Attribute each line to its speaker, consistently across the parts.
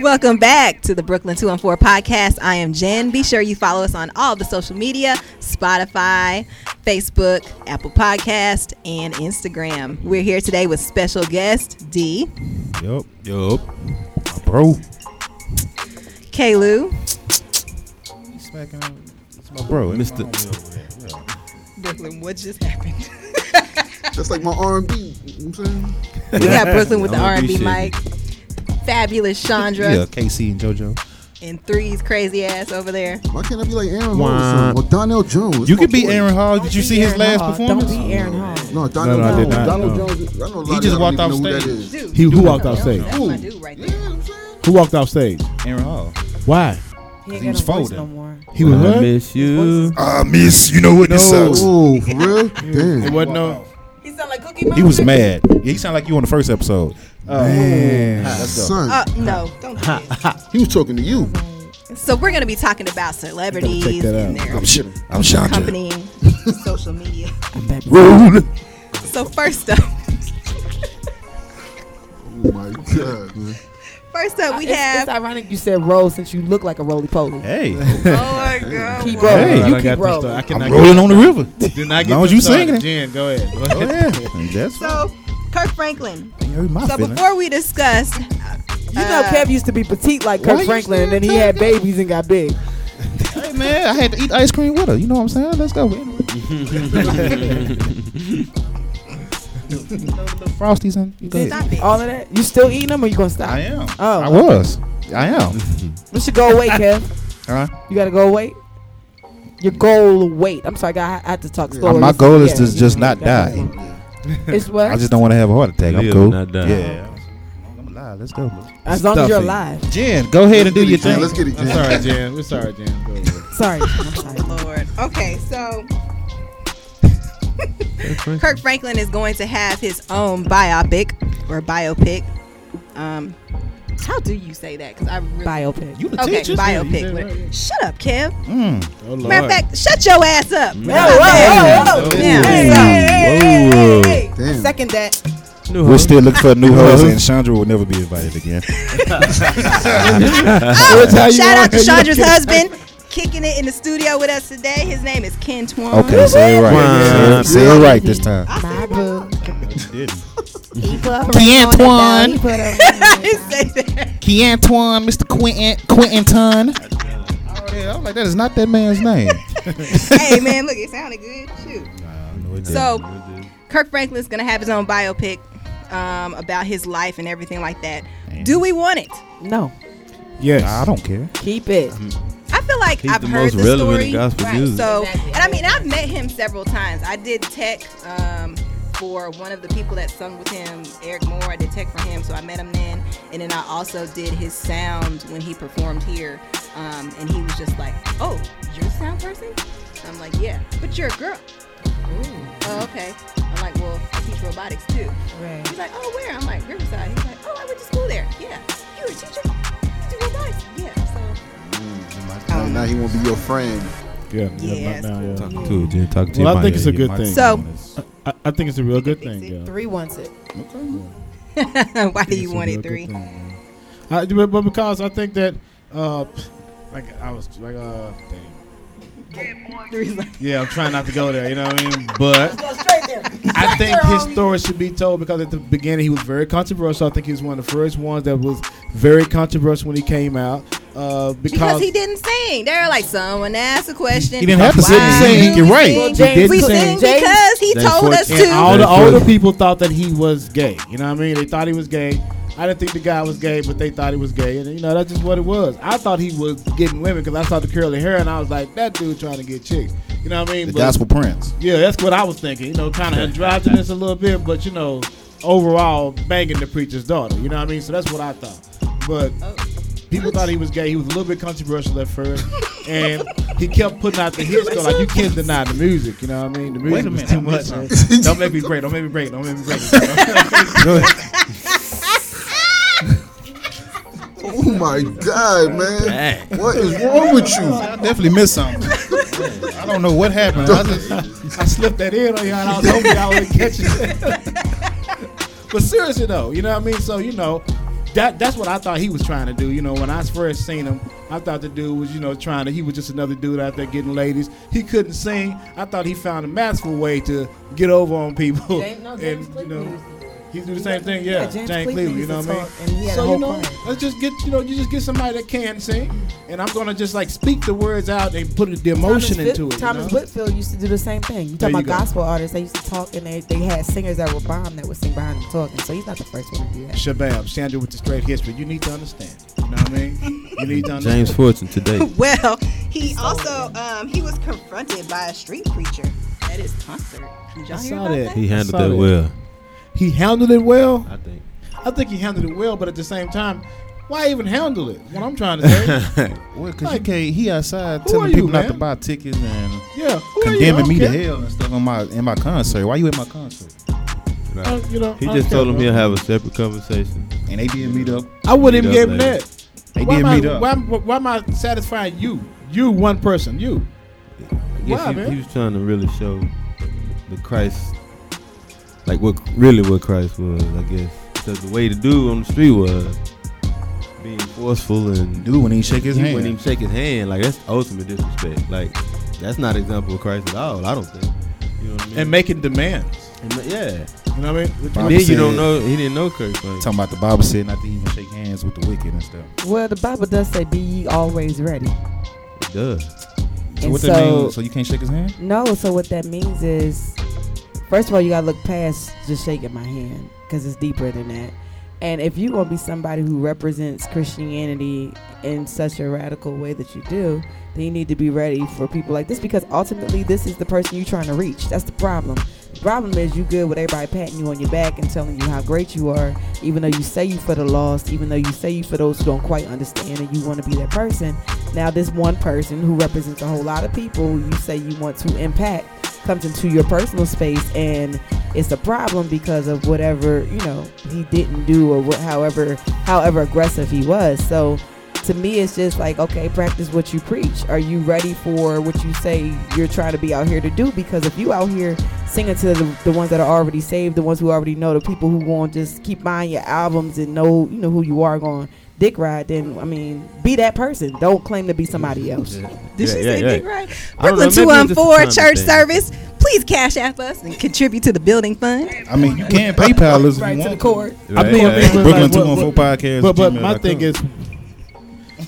Speaker 1: Welcome back to the Brooklyn 214 podcast. I am Jen. Be sure you follow us on all the social media Spotify, Facebook, Apple Podcast, and Instagram. We're here today with special guest D,
Speaker 2: Yup. Yup. Bro.
Speaker 1: Kalu,
Speaker 2: Smacking It's my bro. Mr.
Speaker 1: Brooklyn, what just happened?
Speaker 3: That's like my R&B. You know what I'm saying?
Speaker 1: we got Brooklyn with the
Speaker 2: I don't
Speaker 1: R&B
Speaker 2: do
Speaker 1: mic, fabulous Chandra,
Speaker 2: Yeah, KC and JoJo.
Speaker 1: and Three's crazy ass over there.
Speaker 3: Why can't I be like Aaron Hall or,
Speaker 2: Wah.
Speaker 3: something? or Donnell Jones? That's
Speaker 2: You
Speaker 3: my
Speaker 2: could be
Speaker 3: boy.
Speaker 2: Aaron Hall. Did you see his last performance?
Speaker 4: Don't be Aaron Hall.
Speaker 3: No,
Speaker 2: No,
Speaker 3: Donnell
Speaker 2: no, I did
Speaker 3: Jones.
Speaker 2: not,
Speaker 3: Donnell
Speaker 2: no.
Speaker 3: Jones. I know a lot
Speaker 2: He
Speaker 3: of
Speaker 2: just
Speaker 3: y'all
Speaker 2: walked
Speaker 3: don't
Speaker 2: off
Speaker 3: even know who
Speaker 2: stage.
Speaker 3: that is.
Speaker 1: Dude,
Speaker 4: He who walked off stage?
Speaker 1: that's my dude right
Speaker 3: Yeah, you
Speaker 1: there.
Speaker 3: know what I'm saying?
Speaker 4: Who walked off stage?
Speaker 2: Aaron Hall.
Speaker 4: Why?
Speaker 2: He
Speaker 4: He
Speaker 2: was
Speaker 4: ain't got a voice
Speaker 2: folding.
Speaker 4: no more.
Speaker 2: He was
Speaker 4: I
Speaker 2: what?
Speaker 5: miss you.
Speaker 6: Ah, miss, you know what this sucks.
Speaker 3: Oh, for real? Damn.
Speaker 2: It wasn't no.
Speaker 1: He sound like Cookie Monster.
Speaker 2: He was mad. Yeah, he sounded like you on the first episode. Let's go.
Speaker 3: Son,
Speaker 1: Uh, no, don't. do this.
Speaker 3: he was talking to you.
Speaker 1: So we're gonna be talking about
Speaker 4: check
Speaker 1: celebrities
Speaker 4: that
Speaker 1: and
Speaker 4: out.
Speaker 1: their
Speaker 6: I'm, sh- I'm Chandra.
Speaker 1: accompanying social media.
Speaker 4: bet-
Speaker 6: Roll.
Speaker 1: So first up,
Speaker 3: Oh my god, man.
Speaker 1: first up we
Speaker 4: It's-
Speaker 1: have.
Speaker 4: It's ironic you said roll since you look like a roly poly.
Speaker 2: Hey.
Speaker 1: Oh my god! wow.
Speaker 4: Keep rolling.
Speaker 2: Hey,
Speaker 4: you
Speaker 2: I
Speaker 4: keep rolling.
Speaker 6: I'm rolling on the river.
Speaker 2: Do not
Speaker 6: get them started.
Speaker 2: Jen, go ahead. Go ahead. That's
Speaker 1: So Kirk Franklin.
Speaker 2: my
Speaker 1: So
Speaker 2: feeling.
Speaker 1: before we discuss,
Speaker 4: You
Speaker 1: Uh,
Speaker 4: know, Kev used to be petite like
Speaker 2: why
Speaker 4: Kirk
Speaker 2: you
Speaker 4: Franklin, and
Speaker 2: still
Speaker 4: then he
Speaker 2: talking?
Speaker 4: had babies and got big.
Speaker 2: Hey, man, I had to eat ice cream with her. You know what I'm saying? Let's go. Frosties and you go ahead.
Speaker 1: stop it.
Speaker 4: All of that. You still eating them, or you gonna stop?
Speaker 2: I am.
Speaker 4: Oh.
Speaker 2: I was. I am.
Speaker 4: We should go away, Kev.
Speaker 2: Huh?
Speaker 4: You gotta go away. Your goal weight. I'm sorry, I I have to talk slower.
Speaker 2: My goal is
Speaker 4: Yeah.
Speaker 2: to just not
Speaker 4: That's
Speaker 2: die.
Speaker 4: it. It's what?
Speaker 2: I just don't want to have a heart attack. I'm
Speaker 5: Live,
Speaker 2: cool.
Speaker 5: not die.
Speaker 2: Yeah. I'm alive. Let's go.
Speaker 4: as long as you're
Speaker 5: stuffing.
Speaker 4: alive.
Speaker 2: Jen, go ahead and do your
Speaker 3: Let's get it,
Speaker 2: thing.
Speaker 3: Let's get it, Jen.
Speaker 2: Jen. We're sorry, Jen. Go ahead.
Speaker 4: Sorry. I'm sorry.
Speaker 1: Lord. Okay, so Kirk Franklin is going to have his own biopic or biopic. Um, how do you say that? Because I really
Speaker 4: Biopic.
Speaker 2: You the
Speaker 1: okay
Speaker 2: teacher.
Speaker 1: biopic. Shut up, Kev.
Speaker 2: Mm.
Speaker 1: Matter of fact, shut your ass up.
Speaker 4: Whoa, Oh, whoa, whoa, whoa.
Speaker 1: Now,
Speaker 4: Hey,
Speaker 1: so-
Speaker 4: hey, hey, hey, hey.
Speaker 3: Damn.
Speaker 4: Second that.
Speaker 2: We're still looking for a new host, and Chandra will never be invited again.
Speaker 1: Oh, shout out to Chandra's husband, kicking it in the studio with us today. His name is Ken Twan.
Speaker 2: Okay, say it right. Say
Speaker 5: Wow.
Speaker 2: it- Say it right this time.
Speaker 4: My book.
Speaker 2: Keantuan,
Speaker 1: I didn't say that.
Speaker 2: Keantuan, Mr. Quentin, Quentin. I'm like, that is not that man's name.
Speaker 1: hey man, look, it sounded good. Shoot. So, Kirk Franklin's gonna have his own biopic um, about his life and everything like that. Do we want it?
Speaker 4: No,
Speaker 2: yes. I don't care.
Speaker 4: keep it.
Speaker 2: Mm-hmm.
Speaker 1: I feel like
Speaker 5: He's
Speaker 1: I've
Speaker 5: the
Speaker 1: heard
Speaker 5: most
Speaker 1: the
Speaker 5: relevant in
Speaker 1: story.
Speaker 5: gospel
Speaker 1: right.
Speaker 5: music.
Speaker 1: So, and I mean, I've met him several times. I did tech um, for one of the people that sung with him, Eric Moore. I did tech for him, so I met him then. And then I also did his sound when he performed here, um, and he was just like, "Oh, you're a sound person?" I'm like, "Yeah, but you're a girl." Oh, okay. I'm like, "Well, I teach robotics too." He's like, oh, where? I'm like, Riverside. He's like, oh, I went to school there. Yeah. You were a teacher? You do robotics? Yeah. So,
Speaker 3: Now, now he won't be your friend.
Speaker 7: Yeah.
Speaker 1: Yeah, it's
Speaker 7: nah, yeah.
Speaker 5: Talk to it, Jen. Talk to
Speaker 7: Well,
Speaker 5: your
Speaker 7: I think
Speaker 5: mic.
Speaker 7: it's a good
Speaker 2: Your
Speaker 7: thing.
Speaker 1: So-
Speaker 7: I, I think it's a real good
Speaker 1: Fix
Speaker 7: thing.
Speaker 1: it.
Speaker 7: Yeah.
Speaker 4: Three wants it.
Speaker 1: Why do
Speaker 7: It's
Speaker 1: you
Speaker 7: a
Speaker 1: want
Speaker 7: real
Speaker 1: it
Speaker 7: good
Speaker 1: three?
Speaker 7: thing, man. I, but but because I think that, uh, like I was like, uh, dang.
Speaker 1: Three's like,
Speaker 7: yeah, I'm trying not to go there. You know what I mean? But I think his story should be told because at the beginning he was very controversial. I think he was one of the first ones that was very controversial when he came out. Uh, because,
Speaker 1: because he didn't sing. They're like, someone asked a question.
Speaker 2: He didn't have to
Speaker 1: Why
Speaker 2: sit and
Speaker 1: do
Speaker 2: sing.
Speaker 1: we
Speaker 2: You're right.
Speaker 1: sing?
Speaker 2: He didn't
Speaker 1: we
Speaker 2: sing.
Speaker 1: sing because he
Speaker 5: They
Speaker 1: told us
Speaker 5: forced-
Speaker 7: And all
Speaker 1: to.
Speaker 7: the
Speaker 5: That's
Speaker 7: older
Speaker 5: good.
Speaker 7: people thought that he was gay. You know what I mean? They thought he was gay. I didn't think the guy was gay, but they thought he was gay, and you know that's just what it was. I thought he was getting women because I saw the curly hair, and I was like, that dude trying to get chicks. You know what I mean?
Speaker 2: The Gospel Prince.
Speaker 7: Yeah, that's what I was thinking. You know, kind of androgynous a little bit, but you know, overall banging the preacher's daughter. You know what I mean? So that's what I thought. But people thought he was gay. He was a little bit controversial at first, and he kept putting out the hits. Though, like you can't deny the music. You know what I mean? The music
Speaker 2: Wait a
Speaker 7: was
Speaker 2: minute,
Speaker 7: too
Speaker 2: I
Speaker 7: much.
Speaker 2: missed
Speaker 7: Don't make me break. Don't make me break. Don't make me break.
Speaker 3: Oh my god, man. What is wrong with you?
Speaker 2: I definitely missed something. I don't know what happened. I just,
Speaker 7: I slipped that in on y'all. And I was hoping y'all would catch it. but seriously though, you know what I mean. So you know, that that's what I thought he was trying to do. You know, when I first seen him, I thought the dude was you know trying to. He was just another dude out there getting ladies. He couldn't sing. I thought he found a masterful way to get over on people.
Speaker 4: James- no, James
Speaker 7: and you
Speaker 4: Cleveland
Speaker 7: know,
Speaker 4: used
Speaker 7: he do the same thing. Yeah,
Speaker 4: Yeah,
Speaker 7: James,
Speaker 4: James
Speaker 7: Cleveland. You
Speaker 4: Cleveland
Speaker 7: know
Speaker 4: used
Speaker 7: what
Speaker 4: to
Speaker 7: I
Speaker 4: talk, and he
Speaker 7: mean?
Speaker 4: had a
Speaker 7: So you
Speaker 4: whole
Speaker 7: know,
Speaker 4: choir.
Speaker 7: let's just get you know you just get somebody that can sing, and I'm gonna just like speak the words out and put the emotion
Speaker 4: Thomas
Speaker 7: into
Speaker 4: Whit-
Speaker 7: it. you
Speaker 4: Thomas
Speaker 7: know?
Speaker 4: Whitfield used to do the same thing. You
Speaker 7: There
Speaker 4: talking
Speaker 7: you
Speaker 4: about
Speaker 7: go.
Speaker 4: gospel artists? They used to talk, and they, they had singers that would bomb that would sing behind them talking. So he's not the first one to do that.
Speaker 7: Shabab, Sandra with the straight history. You need to understand. You know what I mean? You need to understand.
Speaker 5: James Fortune today.
Speaker 1: Well, he also um, he was confronted by a street preacher at his concert. Did y'all hear
Speaker 7: saw
Speaker 1: about
Speaker 7: that.
Speaker 1: that?
Speaker 5: He handled
Speaker 7: I saw
Speaker 5: that
Speaker 7: that.
Speaker 5: well.
Speaker 7: He handled it well.
Speaker 5: I think.
Speaker 7: I think he handled it well, but at the same time, why even handle it? What I'm trying to say.
Speaker 2: Well, cause
Speaker 7: Like,
Speaker 2: you can't. He outside
Speaker 7: who are
Speaker 2: telling
Speaker 7: you,
Speaker 2: people not to
Speaker 7: man?
Speaker 2: buy tickets and
Speaker 7: yeah. Who are you? I
Speaker 2: condemning
Speaker 7: don't
Speaker 2: me to
Speaker 7: care.
Speaker 2: hell and stuff on my in my concert. Why you at my concert?
Speaker 7: I don't- you know,
Speaker 5: He
Speaker 7: I don't
Speaker 5: just
Speaker 7: care,
Speaker 5: told him
Speaker 7: bro.
Speaker 5: he'll have a separate conversation.
Speaker 2: And they didn't meet up.
Speaker 7: I wouldn't even
Speaker 5: Meet
Speaker 7: give
Speaker 5: up
Speaker 7: him
Speaker 5: later.
Speaker 7: that.
Speaker 2: They
Speaker 7: why, am
Speaker 2: didn't
Speaker 7: I,
Speaker 2: meet up.
Speaker 7: why, am- why am I satisfying you? You, one person, you.
Speaker 5: I guess
Speaker 7: Why,
Speaker 5: he,
Speaker 7: man?
Speaker 5: he was trying to really show the Christ, like what really what Christ was, I guess. Because the way the dude on the street was being forceful and
Speaker 2: Dude, when he shake his
Speaker 5: he
Speaker 2: hand,
Speaker 5: wouldn't even shake his hand. Like that's ultimate disrespect. Like that's not an example of Christ at all. I don't think. You know what I mean?
Speaker 7: And making demands.
Speaker 5: And ma- yeah.
Speaker 7: You know what I mean?
Speaker 2: Bible
Speaker 5: then you
Speaker 2: said-
Speaker 5: don't know. He didn't know Kirk. Franklin.
Speaker 2: talking about the Bible said not to even shake hands with the wicked and stuff.
Speaker 4: Well, the Bible does say, "Be ye always ready."
Speaker 5: It does.
Speaker 2: So
Speaker 4: And
Speaker 2: what that
Speaker 4: so-
Speaker 2: mean? So you can't shake his hand?
Speaker 4: No, so what that means is, first of all, you gotta look past just shaking my hand because it's deeper than that. And if you gonna be somebody who represents Christianity in such a radical way that you do, then you need to be ready for people like this because ultimately this is the person you're trying to reach. That's the problem. The problem is you good with everybody patting you on your back and telling you how great you are, even though you say you for the lost, even though you say you for those who don't quite understand and you want to be that person. Now this one person who represents a whole lot of people who you say you want to impact comes into your personal space and it's a problem because of whatever, you know, he didn't do or what however however aggressive he was. So to me it's just like okay practice what you preach are you ready for what you say you're trying to be out here to do because if you out here singing to the, the ones that are already saved the ones who already know the people who won't just keep buying your albums and know you know who you are going dick ride then i mean be that person don't claim to be somebody else
Speaker 1: Did
Speaker 5: Yeah,
Speaker 1: she
Speaker 5: yeah,
Speaker 1: say
Speaker 5: yeah.
Speaker 1: Big Right?
Speaker 5: I don't know,
Speaker 1: Brooklyn
Speaker 5: maybe it's just a
Speaker 1: 214
Speaker 5: time
Speaker 1: Church
Speaker 5: thing.
Speaker 1: Service. Please cash app us and contribute to the building fund.
Speaker 2: I mean, you can PayPal us if
Speaker 4: right
Speaker 2: you
Speaker 4: to the
Speaker 2: want.
Speaker 4: court
Speaker 7: I think
Speaker 5: Right,
Speaker 7: people-
Speaker 5: right.
Speaker 7: Like,
Speaker 2: Brooklyn
Speaker 7: what-
Speaker 2: two one four podcast.
Speaker 7: But but my thing is,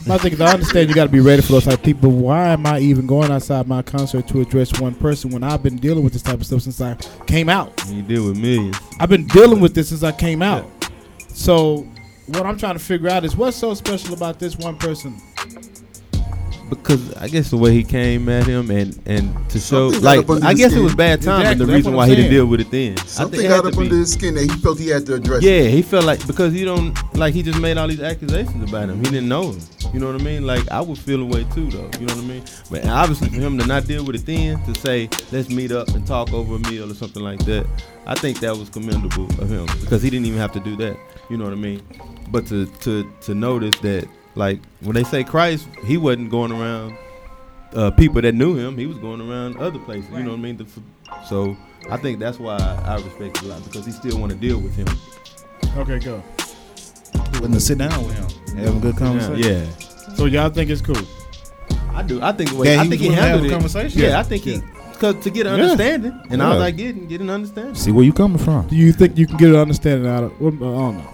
Speaker 7: my thing is, I understand you got to be ready for those type of people. But why am I even going outside my concert to address one person when I've been dealing with this type of stuff since I came out?
Speaker 5: You deal with millions.
Speaker 7: I've been dealing with this since I came out. So what I'm trying to figure out is what's so special about this one person.
Speaker 5: because I guess the way he came at him and and to show
Speaker 3: Something
Speaker 5: like
Speaker 3: got up under
Speaker 5: I
Speaker 3: his
Speaker 5: guess it
Speaker 3: skin.
Speaker 5: was bad timing
Speaker 7: Exactly,
Speaker 5: the
Speaker 7: that's
Speaker 5: reason
Speaker 7: what
Speaker 5: why
Speaker 7: I'm
Speaker 5: he didn't
Speaker 7: saying.
Speaker 5: deal with it then. I
Speaker 3: Something
Speaker 5: think it had
Speaker 3: got
Speaker 5: to
Speaker 3: up
Speaker 5: be-
Speaker 3: under his skin that he felt he had to address.
Speaker 5: Yeah, he felt like because he don't like he just made all these accusations about him. He didn't know him. You know what I mean? Like I would feel away too though. You know what I mean? But obviously for him to not deal with it then to say let's meet up and talk over a meal or something like that, I think that was commendable of him because he didn't even have to do that. You know what I mean? But to to to notice that like when they say Christ, he wasn't going around uh, people that knew him. He was going around other places. You know what I mean? The, f- so. I think that's why I respect him a lot because he still want to deal with him.
Speaker 7: Okay, go.
Speaker 2: when to sit down with him, having a good conversation.
Speaker 5: Yeah,
Speaker 7: So y'all think it's cool?
Speaker 5: I do. I think. Wait,
Speaker 2: Yeah,
Speaker 5: I
Speaker 2: he
Speaker 5: think
Speaker 2: was willing to
Speaker 5: he
Speaker 2: have
Speaker 5: handled
Speaker 2: a
Speaker 5: it.
Speaker 2: conversation.
Speaker 5: Yeah,
Speaker 2: Yeah.
Speaker 5: I think he because to get an understanding, and I was
Speaker 2: Yeah.
Speaker 5: like, getting get an understanding.
Speaker 2: See where you coming from.
Speaker 7: Do you think you can get an understanding out of? Well, I don't know.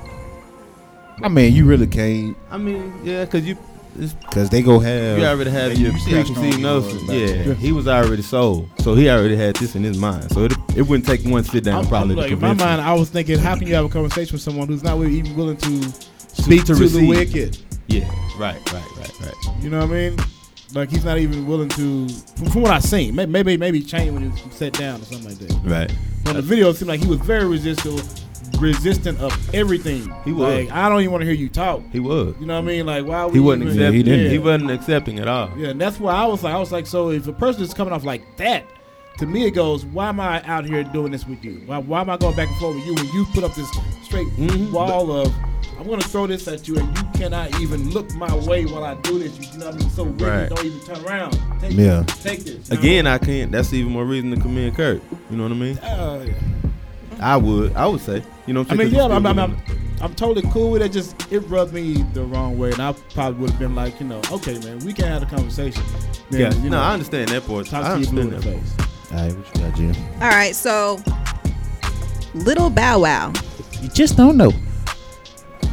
Speaker 2: I mean, you really can't
Speaker 5: I mean, yeah, because you it's,
Speaker 2: because they go have.
Speaker 5: you already have
Speaker 2: Yeah,
Speaker 5: your
Speaker 2: you see how
Speaker 5: preconceived
Speaker 2: strong he was
Speaker 5: notions.
Speaker 2: back
Speaker 5: Yeah,
Speaker 2: then.
Speaker 5: he was already sold, so he already had this in his mind. So it, it wouldn't take one sit down
Speaker 7: I'm-
Speaker 5: probably
Speaker 7: I'm like,
Speaker 5: to
Speaker 7: in my
Speaker 5: convince him.
Speaker 7: mind, I was thinking, how can you have a conversation with someone who's not even willing to
Speaker 5: Speak to
Speaker 7: the
Speaker 5: receive.
Speaker 7: wicked?
Speaker 5: Yeah, right, right, right, right.
Speaker 7: You know what I mean? Like he's not even willing to. From, from what I seen, may- maybe maybe he changed when he was set down or something like that.
Speaker 5: Right.
Speaker 7: From the video, it seemed like he was very resistant, resistant of everything.
Speaker 5: He was.
Speaker 7: Like I don't even want to hear you talk.
Speaker 5: He was.
Speaker 7: You know what I mean? Like why? Would
Speaker 5: He wasn't
Speaker 7: even-
Speaker 5: accepting.
Speaker 2: he didn't.
Speaker 7: Yeah.
Speaker 5: He wasn't accepting at all.
Speaker 7: Yeah, and that's where I was like, I was like, so if a person is coming off like that, to me it goes, why am I out here doing this with you? Why, why am I going back and forth with you when you put up this straight
Speaker 5: Mhm.
Speaker 7: wall of, I'm going to throw this at you and you cannot even look my way while I do this. You know what I mean? So wicked,
Speaker 5: Right.
Speaker 7: don't even turn around. Take
Speaker 2: Yeah.
Speaker 7: this. Take this. You know
Speaker 5: Again, I can't. That's even more reason to commend Kirk. You know what I mean?
Speaker 7: what I mean? Uh,
Speaker 5: I would. I would say. You know. What
Speaker 7: I
Speaker 5: I'm
Speaker 7: mean,
Speaker 5: saying?
Speaker 7: yeah,
Speaker 5: 'Cause
Speaker 7: I'm, I'm,
Speaker 5: he's still
Speaker 7: I'm,
Speaker 5: willing to-
Speaker 7: I'm totally cool with it. Just it rubbed me the wrong way, and I probably would have been like, you know, okay, man, we can have a conversation. Then,
Speaker 5: Yeah,
Speaker 7: you
Speaker 5: no,
Speaker 7: know,
Speaker 5: I understand that part.
Speaker 7: Talk
Speaker 5: I
Speaker 7: to you blue in the
Speaker 5: understand that. part.
Speaker 7: face.
Speaker 2: All right, what you got, Jim?
Speaker 1: All right, so Little Bow Wow.
Speaker 2: You just don't know.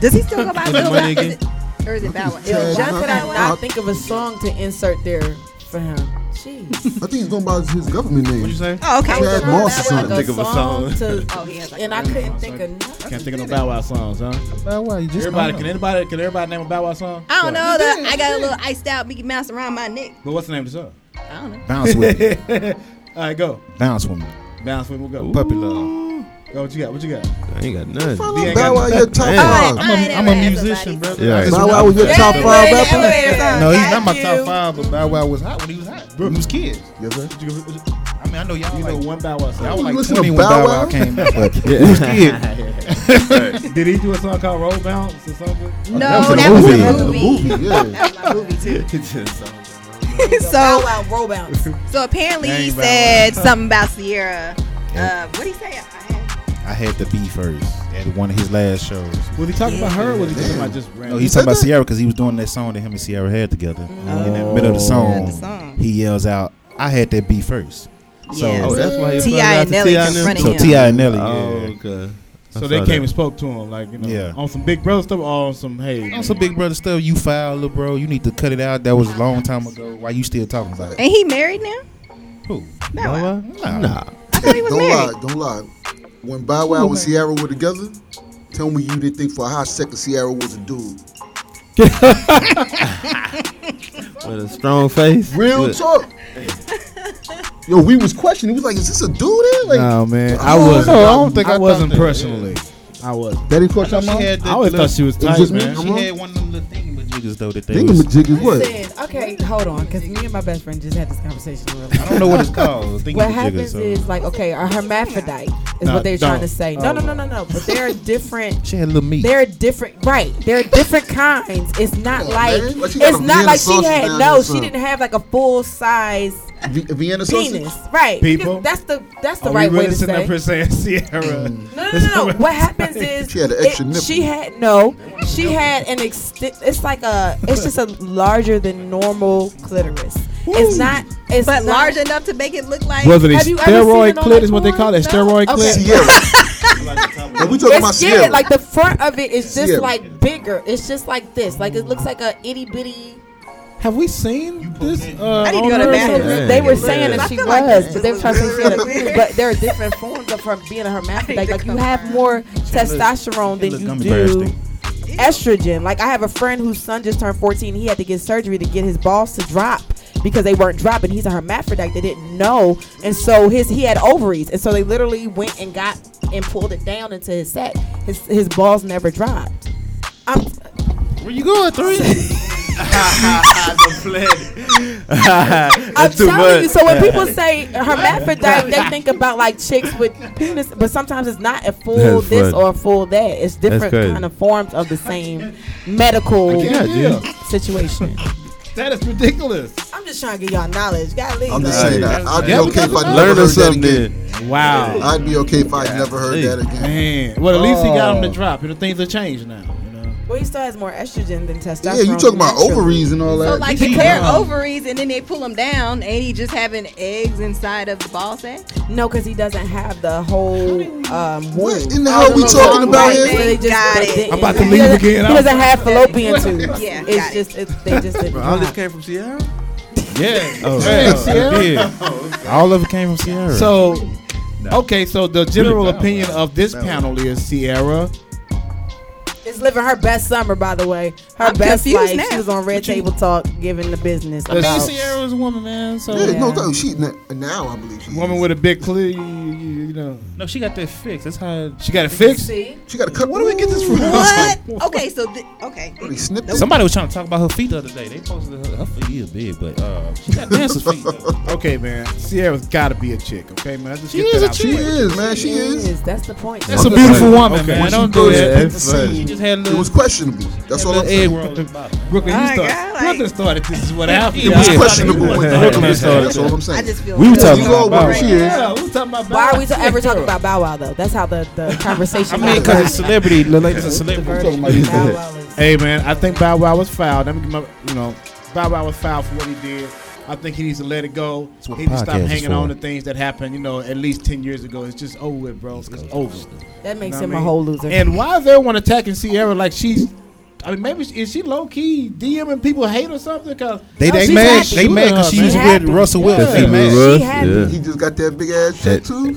Speaker 1: Does he still go by
Speaker 5: Is it
Speaker 1: Little Bow?
Speaker 5: money
Speaker 1: Is
Speaker 5: again?
Speaker 1: it, or is it Bow Wow?
Speaker 3: Yeah,
Speaker 1: Is it
Speaker 4: Why
Speaker 1: Just
Speaker 4: could
Speaker 1: Bow
Speaker 4: I
Speaker 1: Wow?
Speaker 4: not think of a song to insert there for him? Jeez.
Speaker 3: I think he's going by his government name.
Speaker 5: What you say?
Speaker 1: Oh, okay.
Speaker 3: Chad
Speaker 1: Bow Wow.
Speaker 3: Moss or
Speaker 4: Like
Speaker 3: something.
Speaker 5: Think of a song.
Speaker 4: to-
Speaker 1: Oh, he has like
Speaker 4: and
Speaker 1: a
Speaker 4: I
Speaker 1: really-
Speaker 4: couldn't think of nothing.
Speaker 7: Can't think of no Bow Wow songs, huh?
Speaker 2: Bow Wow, you just
Speaker 7: Everybody,
Speaker 2: don't
Speaker 7: can
Speaker 2: know.
Speaker 7: anybody, can everybody name a Bow Wow song?
Speaker 1: I don't
Speaker 7: Go
Speaker 1: know.
Speaker 7: ahead.
Speaker 1: The, I got a little iced out Mickey Mouse around my neck.
Speaker 7: But what's the name of the song?
Speaker 1: I don't know.
Speaker 2: Bounce with me.
Speaker 7: All right, go.
Speaker 2: Bounce with me.
Speaker 7: Bounce with me, go.
Speaker 2: Puppy love.
Speaker 7: Go, what you got? What you got?
Speaker 5: I ain't got nothing.
Speaker 3: Follow
Speaker 7: ain't
Speaker 3: Bow Wow
Speaker 7: got
Speaker 3: your top
Speaker 5: Man.
Speaker 3: five.
Speaker 1: I
Speaker 2: I'm
Speaker 1: ain't
Speaker 2: a,
Speaker 1: never
Speaker 2: I'm a
Speaker 1: had
Speaker 2: musician,
Speaker 1: somebody-
Speaker 2: brother.
Speaker 5: Yeah.
Speaker 2: That's
Speaker 3: Bow
Speaker 2: what
Speaker 3: Wow
Speaker 2: I-
Speaker 3: was your top
Speaker 1: Yeah,
Speaker 3: five
Speaker 1: we're in the
Speaker 3: rapper.
Speaker 1: elevator song.
Speaker 2: No, he's
Speaker 1: Got
Speaker 2: not my
Speaker 1: you.
Speaker 2: top five, but Bow Wow was hot when he was hot. When he was kids.
Speaker 3: Yes, sir.
Speaker 7: What you, what you,
Speaker 2: I mean, I know y'all
Speaker 7: you know
Speaker 2: like,
Speaker 7: one Bow Wow
Speaker 2: y'all
Speaker 7: song.
Speaker 2: were like
Speaker 3: listen to
Speaker 2: 20 when
Speaker 3: Bow
Speaker 2: Bow Wow
Speaker 3: Wow?
Speaker 2: came out, but we was kids.
Speaker 7: Did he do a song called Roll Bounce or something?
Speaker 1: No,
Speaker 2: was a
Speaker 1: that was
Speaker 2: movie.
Speaker 1: Oh, a
Speaker 3: The
Speaker 1: movie.
Speaker 3: movie, yeah.
Speaker 1: That was my movie too.
Speaker 4: Bow
Speaker 1: so,
Speaker 4: Wow, roll bounce.
Speaker 1: so apparently he
Speaker 7: Dang, Bow Wow.
Speaker 1: said something about Sierra. Uh, what did he say? I had-
Speaker 2: I had to be first at one of his last shows.
Speaker 7: Was he talking about her or was he talking about just random?
Speaker 2: No, he's talking about Sierra because Oh, he was doing that song that him and Sierra had together. And in the middle of the
Speaker 1: Yeah,
Speaker 2: song,
Speaker 1: the song.
Speaker 2: he yells out, "I had that beat first. So-
Speaker 1: Yeah.
Speaker 5: Oh, that's why he
Speaker 1: T.I.
Speaker 5: apologized
Speaker 1: and
Speaker 5: to
Speaker 1: Nelly
Speaker 5: T.I. and
Speaker 1: confronted
Speaker 2: So
Speaker 1: him.
Speaker 2: Ti and Nelly,
Speaker 5: Oh,
Speaker 2: yeah.
Speaker 5: okay. I
Speaker 7: So they
Speaker 5: saw
Speaker 7: came and
Speaker 5: that.
Speaker 7: spoke to him, like, you know,
Speaker 2: Yeah.
Speaker 7: on some Big Brother stuff or on some, hey.
Speaker 2: on some Big Brother stuff, you foul, little bro. You need to cut it out. That was a long time ago. Why you still talking about it?
Speaker 1: And he married now?
Speaker 2: Who?
Speaker 1: Bow Wow.
Speaker 2: Nah.
Speaker 5: Nah.
Speaker 1: I thought he was
Speaker 3: Don't lie,
Speaker 1: married.
Speaker 3: don't lie. When Bow Wow and Sierra were together, tell me you didn't think for a hot second Sierra was a dude.
Speaker 5: With a strong face.
Speaker 3: Real
Speaker 5: Look,
Speaker 3: talk. Yo, we was questioning. We was like, is this a dude? There? Like,
Speaker 7: No, man. I
Speaker 3: Oh,
Speaker 7: wasn't.
Speaker 2: no, I don't think I
Speaker 7: I
Speaker 2: thought
Speaker 7: wasn't
Speaker 2: that,
Speaker 7: personally. I wasn't.
Speaker 3: that didn't cross your
Speaker 2: She
Speaker 3: mind.
Speaker 2: had that
Speaker 7: I always
Speaker 2: little-
Speaker 7: thought she was
Speaker 3: It was
Speaker 7: tight,
Speaker 3: just me.
Speaker 7: man.
Speaker 2: She had one of them little thingamajiggas though that they. Was,
Speaker 3: Thingamajig is what?
Speaker 4: Listen, okay, hold on, because me and my best friend just had this conversation in real life.
Speaker 2: I don't know what it's called.
Speaker 4: What
Speaker 2: thingamajiggas,
Speaker 4: happens
Speaker 2: so.
Speaker 4: is like okay, a hermaphrodite is
Speaker 7: Nah,
Speaker 4: what they're trying
Speaker 7: don't.
Speaker 4: to say. No, no, no, no, no. But there are different.
Speaker 2: she had a little meat.
Speaker 4: There are different. Right. There are different kinds. It's not
Speaker 3: Come on,
Speaker 4: like
Speaker 3: man. What, she got
Speaker 4: it's
Speaker 3: a
Speaker 4: not
Speaker 3: Vienna
Speaker 4: like she
Speaker 3: sausage
Speaker 4: had.
Speaker 3: down there
Speaker 4: No,
Speaker 3: or
Speaker 4: she didn't have like a full size
Speaker 3: V- Vienna sausage.
Speaker 4: penis. Right.
Speaker 7: People?
Speaker 4: Because That's the that's the
Speaker 7: Are
Speaker 4: right
Speaker 7: we
Speaker 4: way
Speaker 7: really
Speaker 4: to
Speaker 7: sitting
Speaker 4: say.
Speaker 7: up here saying Sierra?
Speaker 2: Mm.
Speaker 4: No, no, no, no. What happens is
Speaker 3: She had an
Speaker 4: it-
Speaker 3: extra nipple.
Speaker 4: she had no. She had an extent. It's like a. It's just a larger than normal clitoris. It's not. It's
Speaker 1: But
Speaker 4: not-
Speaker 1: large enough to make it look like.
Speaker 7: Was it a
Speaker 4: Have you ever
Speaker 7: steroid
Speaker 4: seen it on,
Speaker 7: clit?
Speaker 4: like,
Speaker 7: Is what they call it?
Speaker 4: porn
Speaker 7: Steroid
Speaker 4: stuff?
Speaker 7: clit.
Speaker 4: Okay.
Speaker 3: Sierra. and we talking about
Speaker 4: It's yeah,
Speaker 3: Sierra.
Speaker 4: like the front of it is just
Speaker 3: Sierra.
Speaker 4: like bigger. It's just like this. Like it looks like a itty bitty.
Speaker 7: Have we seen this? Uh,
Speaker 1: I need to go to
Speaker 7: on
Speaker 1: the
Speaker 7: her?
Speaker 1: bathroom.
Speaker 5: Yeah.
Speaker 4: They were saying
Speaker 1: I
Speaker 4: that she
Speaker 1: feel
Speaker 4: was,
Speaker 1: like this
Speaker 4: but they were
Speaker 1: is
Speaker 4: trying to say
Speaker 1: really
Speaker 4: that.
Speaker 1: weird.
Speaker 4: But there are different forms of her being a hermaphrodite. Like you have more testosterone than
Speaker 2: Little
Speaker 4: you
Speaker 2: gummy bears
Speaker 4: do
Speaker 2: thing.
Speaker 4: estrogen. Like I have a friend whose son just turned 14. He had to get surgery to get his balls to drop because they weren't dropping. He's a hermaphrodite. They didn't know, and so his he had ovaries, and so they literally went and got and pulled it down into his sack. His his balls never dropped. I'm
Speaker 2: Where you going, three?
Speaker 4: I'm telling you. So when people say hermaphrodite, they think about like chicks with penis, but sometimes it's not a full
Speaker 5: That's
Speaker 4: this
Speaker 5: funny.
Speaker 4: or a full that. It's different
Speaker 5: crazy.
Speaker 4: kind of forms of the same medical
Speaker 5: Yeah, dude.
Speaker 4: situation.
Speaker 7: That is ridiculous.
Speaker 4: I'm just trying to give y'all knowledge. Golly.
Speaker 3: I'm just
Speaker 5: Hey,
Speaker 3: saying that. I'd be
Speaker 7: yeah,
Speaker 3: okay if I never
Speaker 5: Learn
Speaker 3: heard
Speaker 5: us
Speaker 3: that
Speaker 5: something.
Speaker 3: again.
Speaker 5: then.
Speaker 7: Wow.
Speaker 3: I'd be okay if I never heard
Speaker 5: Hey.
Speaker 3: that again.
Speaker 7: Man. Well, at least he got him to drop. You know, things have changed now. You know.
Speaker 4: Well, he still has more estrogen than testosterone.
Speaker 3: Yeah, you talking about
Speaker 4: naturally.
Speaker 3: ovaries and all that.
Speaker 1: So like they clear ovaries and then they pull them down. Ain't he just having eggs inside of the ball sack?
Speaker 4: No, because he doesn't have the whole. Um,
Speaker 3: what
Speaker 4: womb.
Speaker 3: in the hell we
Speaker 1: no,
Speaker 3: talking
Speaker 1: no,
Speaker 3: about
Speaker 1: right
Speaker 3: here?
Speaker 1: there.
Speaker 4: Where they just-
Speaker 1: Got
Speaker 4: they
Speaker 1: it.
Speaker 4: didn't-
Speaker 7: I'm about to
Speaker 4: he
Speaker 7: leave
Speaker 4: doesn't-
Speaker 7: again.
Speaker 4: He doesn't have fallopian tubes.
Speaker 1: Yeah, got
Speaker 4: it's
Speaker 1: it.
Speaker 4: just it's, they just didn't.
Speaker 5: All this
Speaker 4: drop.
Speaker 5: came from Sierra?
Speaker 7: Yeah.
Speaker 2: Oh,
Speaker 7: Man, Sierra.
Speaker 2: All of it came from Sierra.
Speaker 7: So, okay. So the general
Speaker 2: Really bad,
Speaker 7: opinion
Speaker 2: man.
Speaker 7: of this panel is Sierra.
Speaker 4: It's living her best summer, by the way. Her
Speaker 1: I'm
Speaker 4: best
Speaker 1: confused
Speaker 4: life.
Speaker 1: now.
Speaker 4: She was on Red Table Talk giving the business about.
Speaker 7: Sierra's a woman, man. So
Speaker 3: Yeah, no,
Speaker 4: Yeah.
Speaker 3: no, she na- now I believe she.
Speaker 7: woman
Speaker 3: is.
Speaker 7: with a big clit, you, you- you know,
Speaker 2: no, she got that fixed. That's how.
Speaker 7: she got it fixed.
Speaker 4: See?
Speaker 3: she got to cut. Where do we get this from?
Speaker 1: What? Okay, so th- okay.
Speaker 3: They snipped it.
Speaker 2: Somebody was trying to talk about her feet the other day. They posted her, her feet is big, but uh, she got dancer's feet. Though.
Speaker 7: Okay, man. Sierra's got to be a chick. Okay, man. Let's just
Speaker 3: She
Speaker 7: get that
Speaker 3: is a
Speaker 7: out
Speaker 3: chick.
Speaker 7: the
Speaker 3: She
Speaker 7: way.
Speaker 3: is man. She is.
Speaker 4: That's the point.
Speaker 2: That's a beautiful woman,
Speaker 7: Okay.
Speaker 2: man.
Speaker 7: She
Speaker 2: Don't do
Speaker 3: goes
Speaker 2: that.
Speaker 3: to the scene.
Speaker 2: just had a
Speaker 3: It
Speaker 2: little,
Speaker 3: was questionable. That's all I'm
Speaker 2: little egg
Speaker 3: saying.
Speaker 2: roll.
Speaker 7: Brooklyn, you
Speaker 1: My
Speaker 7: started.
Speaker 1: God, like-
Speaker 7: Brooklyn started. This is what happened.
Speaker 2: Yeah.
Speaker 3: It was
Speaker 2: Yeah.
Speaker 3: questionable when Brooklyn
Speaker 5: Yeah.
Speaker 3: started. That's all I'm
Speaker 1: I
Speaker 3: saying.
Speaker 1: just feel.
Speaker 6: We were
Speaker 1: good
Speaker 6: talking
Speaker 1: about
Speaker 3: about
Speaker 1: right
Speaker 3: Britney.
Speaker 1: now.
Speaker 7: Yeah, we was talking about
Speaker 4: Why are we
Speaker 7: Bad
Speaker 4: ever
Speaker 7: Girl.
Speaker 4: talking about Bow Wow though? That's how the, the conversation.
Speaker 2: I mean, because it's celebrity. The lady's a
Speaker 4: Bow
Speaker 2: celebrity.
Speaker 4: Wow is
Speaker 7: Hey man, I think Bow Wow was fouled. Let me give my, you know, Bow Wow was fouled for what he did. I think he needs to let it go. He needs to stop
Speaker 6: podcast is
Speaker 7: hanging
Speaker 6: for.
Speaker 7: on to things that happened, you know, at least ten years ago. It's just over with, bro. It's over.
Speaker 4: that makes
Speaker 7: You know what I
Speaker 4: him a
Speaker 7: mean?
Speaker 4: whole loser.
Speaker 7: And why is everyone attacking Sierra like she's? I mean, maybe she- is she low key DMing people hate or something? Cause
Speaker 2: They,
Speaker 7: She's
Speaker 2: they mad.
Speaker 7: happy.
Speaker 2: They mad because
Speaker 7: She
Speaker 2: she used to
Speaker 4: happy.
Speaker 2: with Russell Wilson.
Speaker 7: Yeah.
Speaker 2: They mad.
Speaker 4: Russ, happy. yeah.
Speaker 3: He just got that big ass
Speaker 5: That-
Speaker 3: tattoo.
Speaker 5: He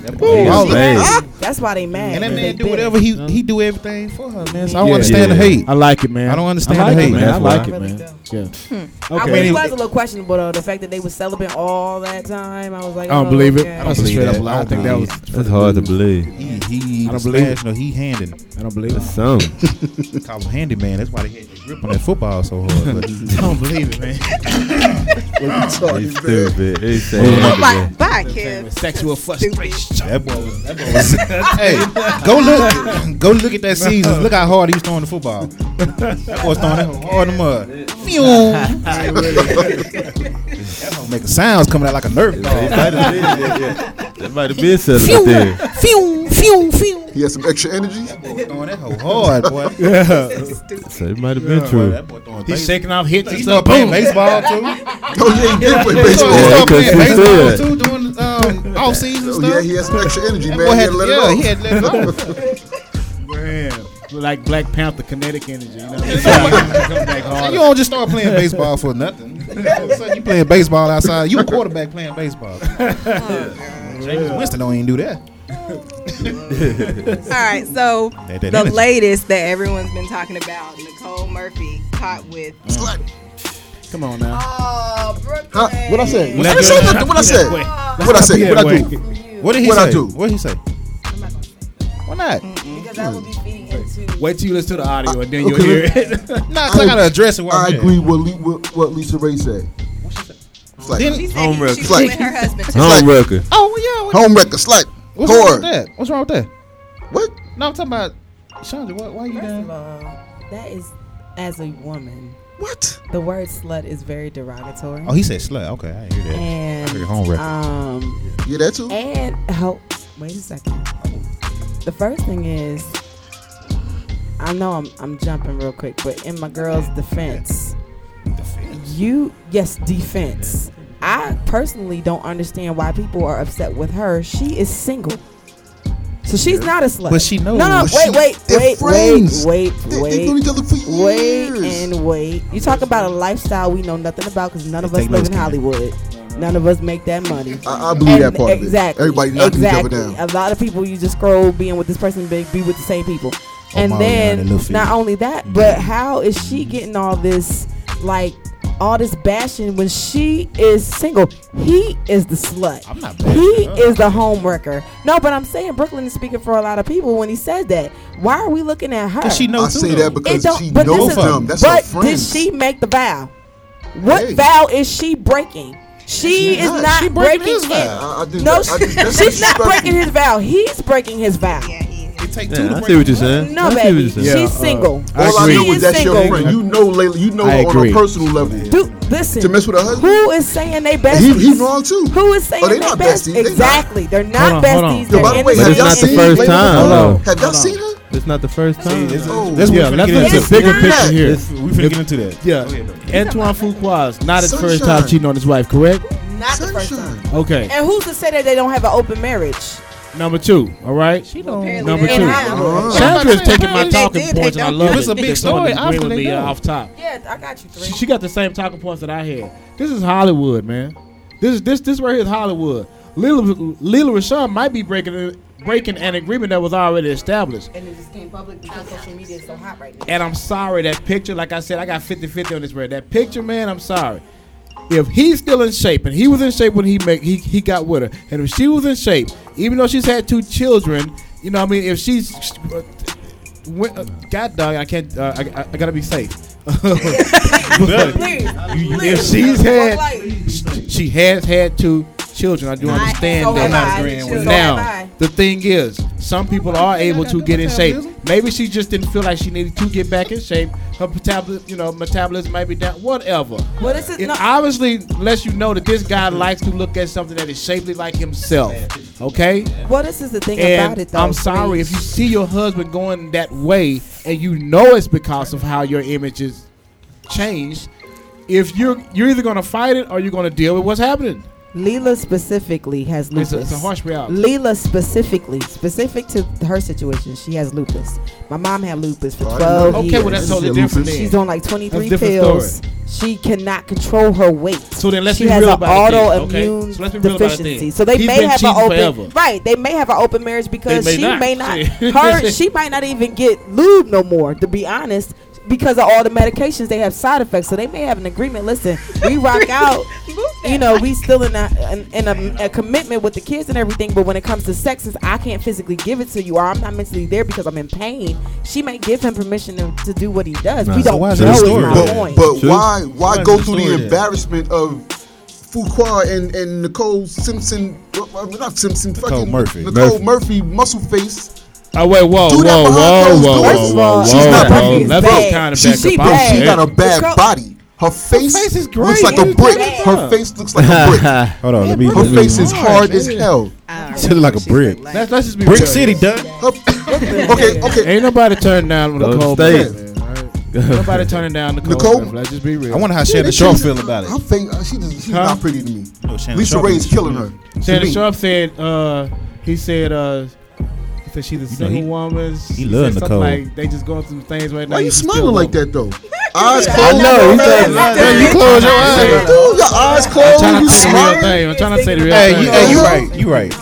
Speaker 5: was
Speaker 4: She
Speaker 5: mad.
Speaker 4: mad. That's why they mad.
Speaker 2: And that
Speaker 4: They
Speaker 2: man do
Speaker 4: bitter.
Speaker 2: whatever he he do everything for her, man. So I don't
Speaker 7: Yeah.
Speaker 2: understand the
Speaker 5: Yeah.
Speaker 2: hate.
Speaker 7: I like it, man.
Speaker 2: I don't understand
Speaker 7: I like
Speaker 2: the
Speaker 7: it,
Speaker 2: hate.
Speaker 7: man. I
Speaker 5: That's
Speaker 7: like
Speaker 4: why.
Speaker 7: it, man. Yeah.
Speaker 4: Hmm. I
Speaker 7: Okay.
Speaker 4: really was a little questionable though. The fact that they were celibate all that time, I was like,
Speaker 7: I don't
Speaker 4: oh,
Speaker 7: believe it.
Speaker 4: okay.
Speaker 7: I don't
Speaker 2: believe
Speaker 7: straight up
Speaker 2: that.
Speaker 7: lie. I don't think that was.
Speaker 5: That's hard to believe.
Speaker 2: He he
Speaker 7: I don't
Speaker 2: the
Speaker 7: believe it.
Speaker 2: smash, no, he handing.
Speaker 7: I don't believe
Speaker 5: That's
Speaker 7: it.
Speaker 5: something.
Speaker 2: They call him handyman. That's why they had the grip on that football so hard. But
Speaker 7: I don't believe it, man.
Speaker 5: It's stupid. It's
Speaker 1: Oh, bye,
Speaker 5: sad.
Speaker 1: bye, Kim.
Speaker 7: Sexual frustration.
Speaker 2: that boy, was- that boy was. hey, go look, go look at that season. Look how hard he was throwing the football. That boy was throwing that hoe hard in the mud. Phew. that hoe making sounds coming out like a nerf ball.
Speaker 5: That might have been selling there.
Speaker 3: He had some extra energy.
Speaker 2: throwing that hoe hard, boy.
Speaker 5: So it might have been
Speaker 2: Boy,
Speaker 5: true.
Speaker 2: that boy throwing
Speaker 7: He's
Speaker 2: base-
Speaker 7: shaking off hits and
Speaker 2: He
Speaker 7: stuff.
Speaker 2: started playing baseball too.
Speaker 3: Oh yeah, he did play
Speaker 2: He started- he
Speaker 3: baseball.
Speaker 5: Yeah,
Speaker 2: started playing
Speaker 5: because he
Speaker 2: baseball
Speaker 5: said-
Speaker 2: too during um, off season
Speaker 3: Oh yeah,
Speaker 2: stuff.
Speaker 3: he had some extra energy, man.
Speaker 2: That
Speaker 3: He
Speaker 2: boy
Speaker 3: had
Speaker 2: had,
Speaker 3: to let
Speaker 2: yeah, he
Speaker 3: it
Speaker 2: had to let it off.
Speaker 7: Man, like Black Panther kinetic energy. You know what I mean? Come back
Speaker 2: You
Speaker 7: hard.
Speaker 2: don't just start playing baseball for nothing. All of a sudden you playing baseball outside. You a quarterback playing baseball. James Winston don't even do that.
Speaker 1: All right, so
Speaker 2: That- that
Speaker 1: the
Speaker 2: energy.
Speaker 1: latest that everyone's been talking about, Nicole Murphy caught with.
Speaker 3: go.
Speaker 7: Come on now.
Speaker 4: Uh,
Speaker 1: Oh, Brooklyn.
Speaker 3: Huh? What I said?
Speaker 7: Let's
Speaker 3: I didn't
Speaker 7: go.
Speaker 3: say nothing. What I said? What I said? What I do?
Speaker 2: What did he
Speaker 3: What
Speaker 2: say?
Speaker 3: I do?
Speaker 2: What did he say? Why not?
Speaker 4: Because I would be feeding into.
Speaker 7: Wait till you listen to the audio and then
Speaker 3: Okay.
Speaker 7: you'll hear it.
Speaker 2: Nah, 'cause Oh, I gotta address it. While
Speaker 3: I
Speaker 2: I'm there.
Speaker 3: agree with Le- with what Lisa Ray said. It's like
Speaker 2: Then-
Speaker 1: She said
Speaker 5: Home
Speaker 1: he-
Speaker 5: record.
Speaker 1: she's
Speaker 3: Like-
Speaker 1: with her husband. too.
Speaker 5: Home record.
Speaker 2: Oh well, yeah. What,
Speaker 3: home record, slight,
Speaker 2: what's wrong with
Speaker 3: hard.
Speaker 2: that? What's wrong with that?
Speaker 3: What?
Speaker 2: No, I'm talking about Shonda. Why, why you
Speaker 4: First of
Speaker 2: down?
Speaker 4: all, that is as a woman.
Speaker 3: What?
Speaker 4: The word slut is very derogatory.
Speaker 2: Oh, he said slut. Okay, I didn't hear that.
Speaker 4: and
Speaker 2: I heard home record.
Speaker 4: um
Speaker 3: Yeah, that too.
Speaker 4: and help. Wait a second. The first thing is, I know I'm I'm jumping real quick, but in my girl's defense, you yes defense. I personally don't understand why people are upset with her. She is single. So she's not a slut.
Speaker 2: But she knows.
Speaker 4: No, no,
Speaker 3: But
Speaker 4: wait,
Speaker 3: she-
Speaker 4: wait,
Speaker 3: they're
Speaker 4: wait,
Speaker 3: friends.
Speaker 4: wait,
Speaker 3: They,
Speaker 4: wait,
Speaker 3: they've known
Speaker 4: wait,
Speaker 3: each other for years.
Speaker 4: wait, and wait. You talk about a lifestyle we know nothing about because none of
Speaker 2: Just
Speaker 4: us
Speaker 2: take
Speaker 4: live
Speaker 2: notes,
Speaker 4: in
Speaker 2: Kenya.
Speaker 4: Hollywood. None of us make that money.
Speaker 3: I, I believe that
Speaker 4: And-
Speaker 3: part of it.
Speaker 4: exactly.
Speaker 3: Everybody knocking
Speaker 4: exactly.
Speaker 3: each other down.
Speaker 4: A lot of people, you just scroll being with this person, be, be with the same people.
Speaker 3: Oh,
Speaker 4: and
Speaker 2: Omarion
Speaker 4: then
Speaker 2: and Luffy.
Speaker 4: not only that, but how is she getting all this, like, all this bashing when she is single? He is the slut.
Speaker 2: I'm not bashing
Speaker 4: He
Speaker 2: her.
Speaker 4: is the homewrecker. No, but I'm saying Brooklyn is speaking for a lot of people when he says that. Why are we looking at her?
Speaker 2: Cause she
Speaker 3: I
Speaker 2: knows.
Speaker 3: say that because she
Speaker 4: but this
Speaker 3: knows
Speaker 4: is-
Speaker 3: them. That's her
Speaker 4: but did
Speaker 3: friends.
Speaker 4: she make the vow? What
Speaker 3: Hey.
Speaker 4: vow is she breaking? She
Speaker 3: She's
Speaker 4: is
Speaker 3: not.
Speaker 4: not,
Speaker 3: She
Speaker 2: breaking
Speaker 4: breaking,
Speaker 2: his
Speaker 4: it.
Speaker 2: vow.
Speaker 3: I- I think
Speaker 4: no,
Speaker 3: that- I think that's
Speaker 4: she's not
Speaker 3: disrespectful.
Speaker 4: breaking his vow. He's breaking his vow.
Speaker 1: Yeah, he is.
Speaker 2: It take two
Speaker 5: Yeah,
Speaker 2: to
Speaker 5: I
Speaker 2: break
Speaker 5: see what you're
Speaker 2: one.
Speaker 5: saying.
Speaker 4: No,
Speaker 5: I see what
Speaker 4: baby,
Speaker 5: you're saying.
Speaker 4: she's
Speaker 7: I
Speaker 4: single.
Speaker 3: uh, All I,
Speaker 7: agree.
Speaker 4: she
Speaker 3: know
Speaker 4: is
Speaker 3: is that's
Speaker 4: single.
Speaker 3: your friend. You know, Layla. You know
Speaker 7: I
Speaker 3: her on
Speaker 7: agree.
Speaker 3: a personal level.
Speaker 4: Do, listen,
Speaker 3: To mess with her husband?
Speaker 4: who is saying they besties?
Speaker 3: He, he wrong too.
Speaker 4: Who is saying
Speaker 3: Oh, they
Speaker 4: they
Speaker 3: not
Speaker 4: best-
Speaker 3: besties. They not.
Speaker 4: exactly, they're not
Speaker 7: Hold on, hold on.
Speaker 4: besties.
Speaker 3: Yo,
Speaker 4: They're
Speaker 3: by the way,
Speaker 4: in
Speaker 5: But
Speaker 3: have
Speaker 5: it's
Speaker 3: y'all
Speaker 5: not the
Speaker 3: seen
Speaker 5: first
Speaker 3: Layla
Speaker 5: time.
Speaker 3: before?
Speaker 5: Hold on.
Speaker 3: Have y'all seen her?
Speaker 5: It's not the first time.
Speaker 2: That's,
Speaker 3: Oh.
Speaker 2: that's what
Speaker 7: Yeah,
Speaker 2: we're
Speaker 7: let's
Speaker 2: finna
Speaker 7: get
Speaker 2: get
Speaker 7: into
Speaker 2: into.
Speaker 7: the bigger
Speaker 3: Yeah.
Speaker 7: picture here.
Speaker 2: That's- we finna get into that.
Speaker 7: Yeah. Antoine Fuqua's not his first time
Speaker 3: Sunshine.
Speaker 7: cheating on his wife, correct?
Speaker 4: Not the first time.
Speaker 3: Sunshine.
Speaker 7: Okay.
Speaker 4: And who's to say that they don't have an open marriage?
Speaker 7: Number two, all right?
Speaker 1: Apparently
Speaker 7: Oh. Number
Speaker 1: they're
Speaker 4: in
Speaker 7: two.
Speaker 1: not.
Speaker 4: Hollywood.
Speaker 3: Uh-huh.
Speaker 7: Sandra's taking my
Speaker 1: They
Speaker 7: talking
Speaker 1: did, they
Speaker 7: points, and I
Speaker 1: done.
Speaker 7: love
Speaker 2: It's
Speaker 7: it.
Speaker 2: a big
Speaker 7: that someone
Speaker 2: story.
Speaker 7: agreeing with
Speaker 2: Obviously
Speaker 7: me
Speaker 2: they
Speaker 7: uh,
Speaker 2: do.
Speaker 7: off top.
Speaker 4: Yeah, I got you three.
Speaker 7: She, she got the same talking points that I had. This is Hollywood, man. This is this this right here is Hollywood. Lila Lila Rashawn might be breaking breaking an agreement that was already established.
Speaker 4: and it just came public because social media is so hot right now.
Speaker 7: And I'm sorry that picture, like I said, I got 50 50 on this red. That picture, man, I'm sorry. If he's still in shape, and he was in shape when he make he, he got with her, and if she was in shape, even though she's had two children, you know, what I mean, if she's uh, went, uh, God dog, I can't, uh, I, I, I gotta be safe.
Speaker 4: Please,
Speaker 7: if she's had, she- she has had two children. I do
Speaker 1: I-
Speaker 7: understand
Speaker 1: so
Speaker 7: that.
Speaker 4: have I.
Speaker 7: I'm agreeing with
Speaker 4: So
Speaker 7: now,
Speaker 4: have I.
Speaker 7: the thing is, some people are able to get in shape. Maybe she just didn't feel like she needed to get back in shape. Her metabolism, you know, metabolism might be down. Whatever.
Speaker 4: What is it?
Speaker 7: It
Speaker 4: No.
Speaker 7: obviously lets you know that this guy likes to look at something that is shapely like himself. Okay?
Speaker 4: Well, this is the thing
Speaker 7: And
Speaker 4: about it, though.
Speaker 7: I'm sorry if you see your husband going that way and you know it's because of how your image is changed. If you're you're either gonna fight it or you're gonna deal with what's happening.
Speaker 4: Leela specifically has
Speaker 7: It's
Speaker 4: lupus.
Speaker 7: a, it's a harsh reality.
Speaker 4: Leela specifically, specific to her situation, she has lupus. My mom had lupus for
Speaker 3: Right.
Speaker 4: 12
Speaker 7: Okay,
Speaker 4: years.
Speaker 7: well that's
Speaker 3: Yeah,
Speaker 7: totally
Speaker 3: lupus.
Speaker 7: different. Then.
Speaker 4: She's on like 23
Speaker 7: That's a different
Speaker 4: pills. She cannot control her weight.
Speaker 7: So then let's
Speaker 4: she
Speaker 7: be
Speaker 4: has
Speaker 7: real
Speaker 4: an
Speaker 7: about it then,
Speaker 4: autoimmune
Speaker 7: okay? So let's be real about it
Speaker 4: deficiency.
Speaker 7: then.
Speaker 4: so they
Speaker 7: He's
Speaker 4: may
Speaker 7: been
Speaker 4: have an
Speaker 7: cheating
Speaker 4: open
Speaker 7: forever.
Speaker 4: right. They may have an open marriage because
Speaker 7: They may
Speaker 4: she
Speaker 7: not.
Speaker 4: may not.
Speaker 7: Shit.
Speaker 4: Her she might not even get lube no more. To be honest. Because of all the medications, they have side effects, so they may have an agreement. Listen, we rock out, you know, we still in a in, in a, a commitment with the kids and everything. But when it comes to sex, is I can't physically give it to you, or I'm not mentally there because I'm in pain. She may give him permission to, to do what he does. we
Speaker 5: Nah, so
Speaker 4: don't
Speaker 5: why
Speaker 4: know.
Speaker 5: is
Speaker 4: Is
Speaker 5: that a story
Speaker 4: Oh, my
Speaker 5: then?
Speaker 4: point.
Speaker 3: But, but
Speaker 5: True.
Speaker 3: why why
Speaker 5: Why
Speaker 3: go
Speaker 5: is the
Speaker 3: through the
Speaker 5: story there?
Speaker 3: embarrassment of Fuqua and, and Nicole Simpson, uh, not Simpson, fucking
Speaker 2: Murphy.
Speaker 3: Nicole Murphy, muscle face.
Speaker 7: Oh wait, whoa,
Speaker 3: Do
Speaker 7: whoa,
Speaker 3: that
Speaker 7: whoa, whoa,
Speaker 3: behind
Speaker 7: whoa,
Speaker 3: those doors.
Speaker 7: whoa,
Speaker 4: First of
Speaker 7: whoa,
Speaker 4: all,
Speaker 7: whoa.
Speaker 3: she's not pretty.
Speaker 7: whoa.
Speaker 3: She's
Speaker 7: That's
Speaker 4: bad.
Speaker 7: kind of
Speaker 4: She-
Speaker 7: back
Speaker 4: she
Speaker 7: up.
Speaker 4: bad.
Speaker 7: I'm
Speaker 3: She
Speaker 7: saying.
Speaker 3: got a bad
Speaker 4: Nicole-
Speaker 3: body. Her face,
Speaker 7: face is
Speaker 3: looks
Speaker 7: great.
Speaker 3: like a
Speaker 7: It's
Speaker 3: brick.
Speaker 7: bad.
Speaker 3: Her face looks like a brick.
Speaker 2: Hold on, let me.
Speaker 3: Her
Speaker 2: let me-
Speaker 3: face is hard as hell.
Speaker 2: She look like a brick.
Speaker 7: Let's, let's just be
Speaker 2: Brick
Speaker 7: real.
Speaker 2: City, done.
Speaker 3: Her- okay, okay.
Speaker 7: Ain't nobody turning down
Speaker 5: Those
Speaker 7: Nicole.
Speaker 5: states.
Speaker 7: Bradley, all right? Nobody turning down Nicole.
Speaker 3: Nicole?
Speaker 7: Bradley. Let's just be real.
Speaker 2: I wonder how Shannon Sharp feel about
Speaker 3: Her
Speaker 2: it.
Speaker 3: face, uh, she just, she's
Speaker 7: Huh?
Speaker 3: not pretty to me.
Speaker 2: Oh, Shannon
Speaker 3: Lisa
Speaker 2: Sharpe
Speaker 3: Ray
Speaker 2: is-
Speaker 3: is killing her. To
Speaker 7: Shannon
Speaker 3: me.
Speaker 7: Sharp said, uh, he said, uh, he said she's a
Speaker 2: he-
Speaker 7: single woman. He,
Speaker 2: love
Speaker 7: said something
Speaker 2: Nicole.
Speaker 7: Like they just going through things right now.
Speaker 3: Why you
Speaker 7: He's still
Speaker 3: smiling like
Speaker 7: woman.
Speaker 3: that though? Eyes closed.
Speaker 5: know, he said-
Speaker 2: Hey, you close your eyes.
Speaker 3: Dude, your eyes
Speaker 7: I'm
Speaker 3: closed.
Speaker 7: trying
Speaker 3: You
Speaker 7: to say the real
Speaker 3: smiling.
Speaker 7: thing. I'm trying to say the real
Speaker 2: Hey,
Speaker 7: thing.
Speaker 2: you, hey, you right. You right.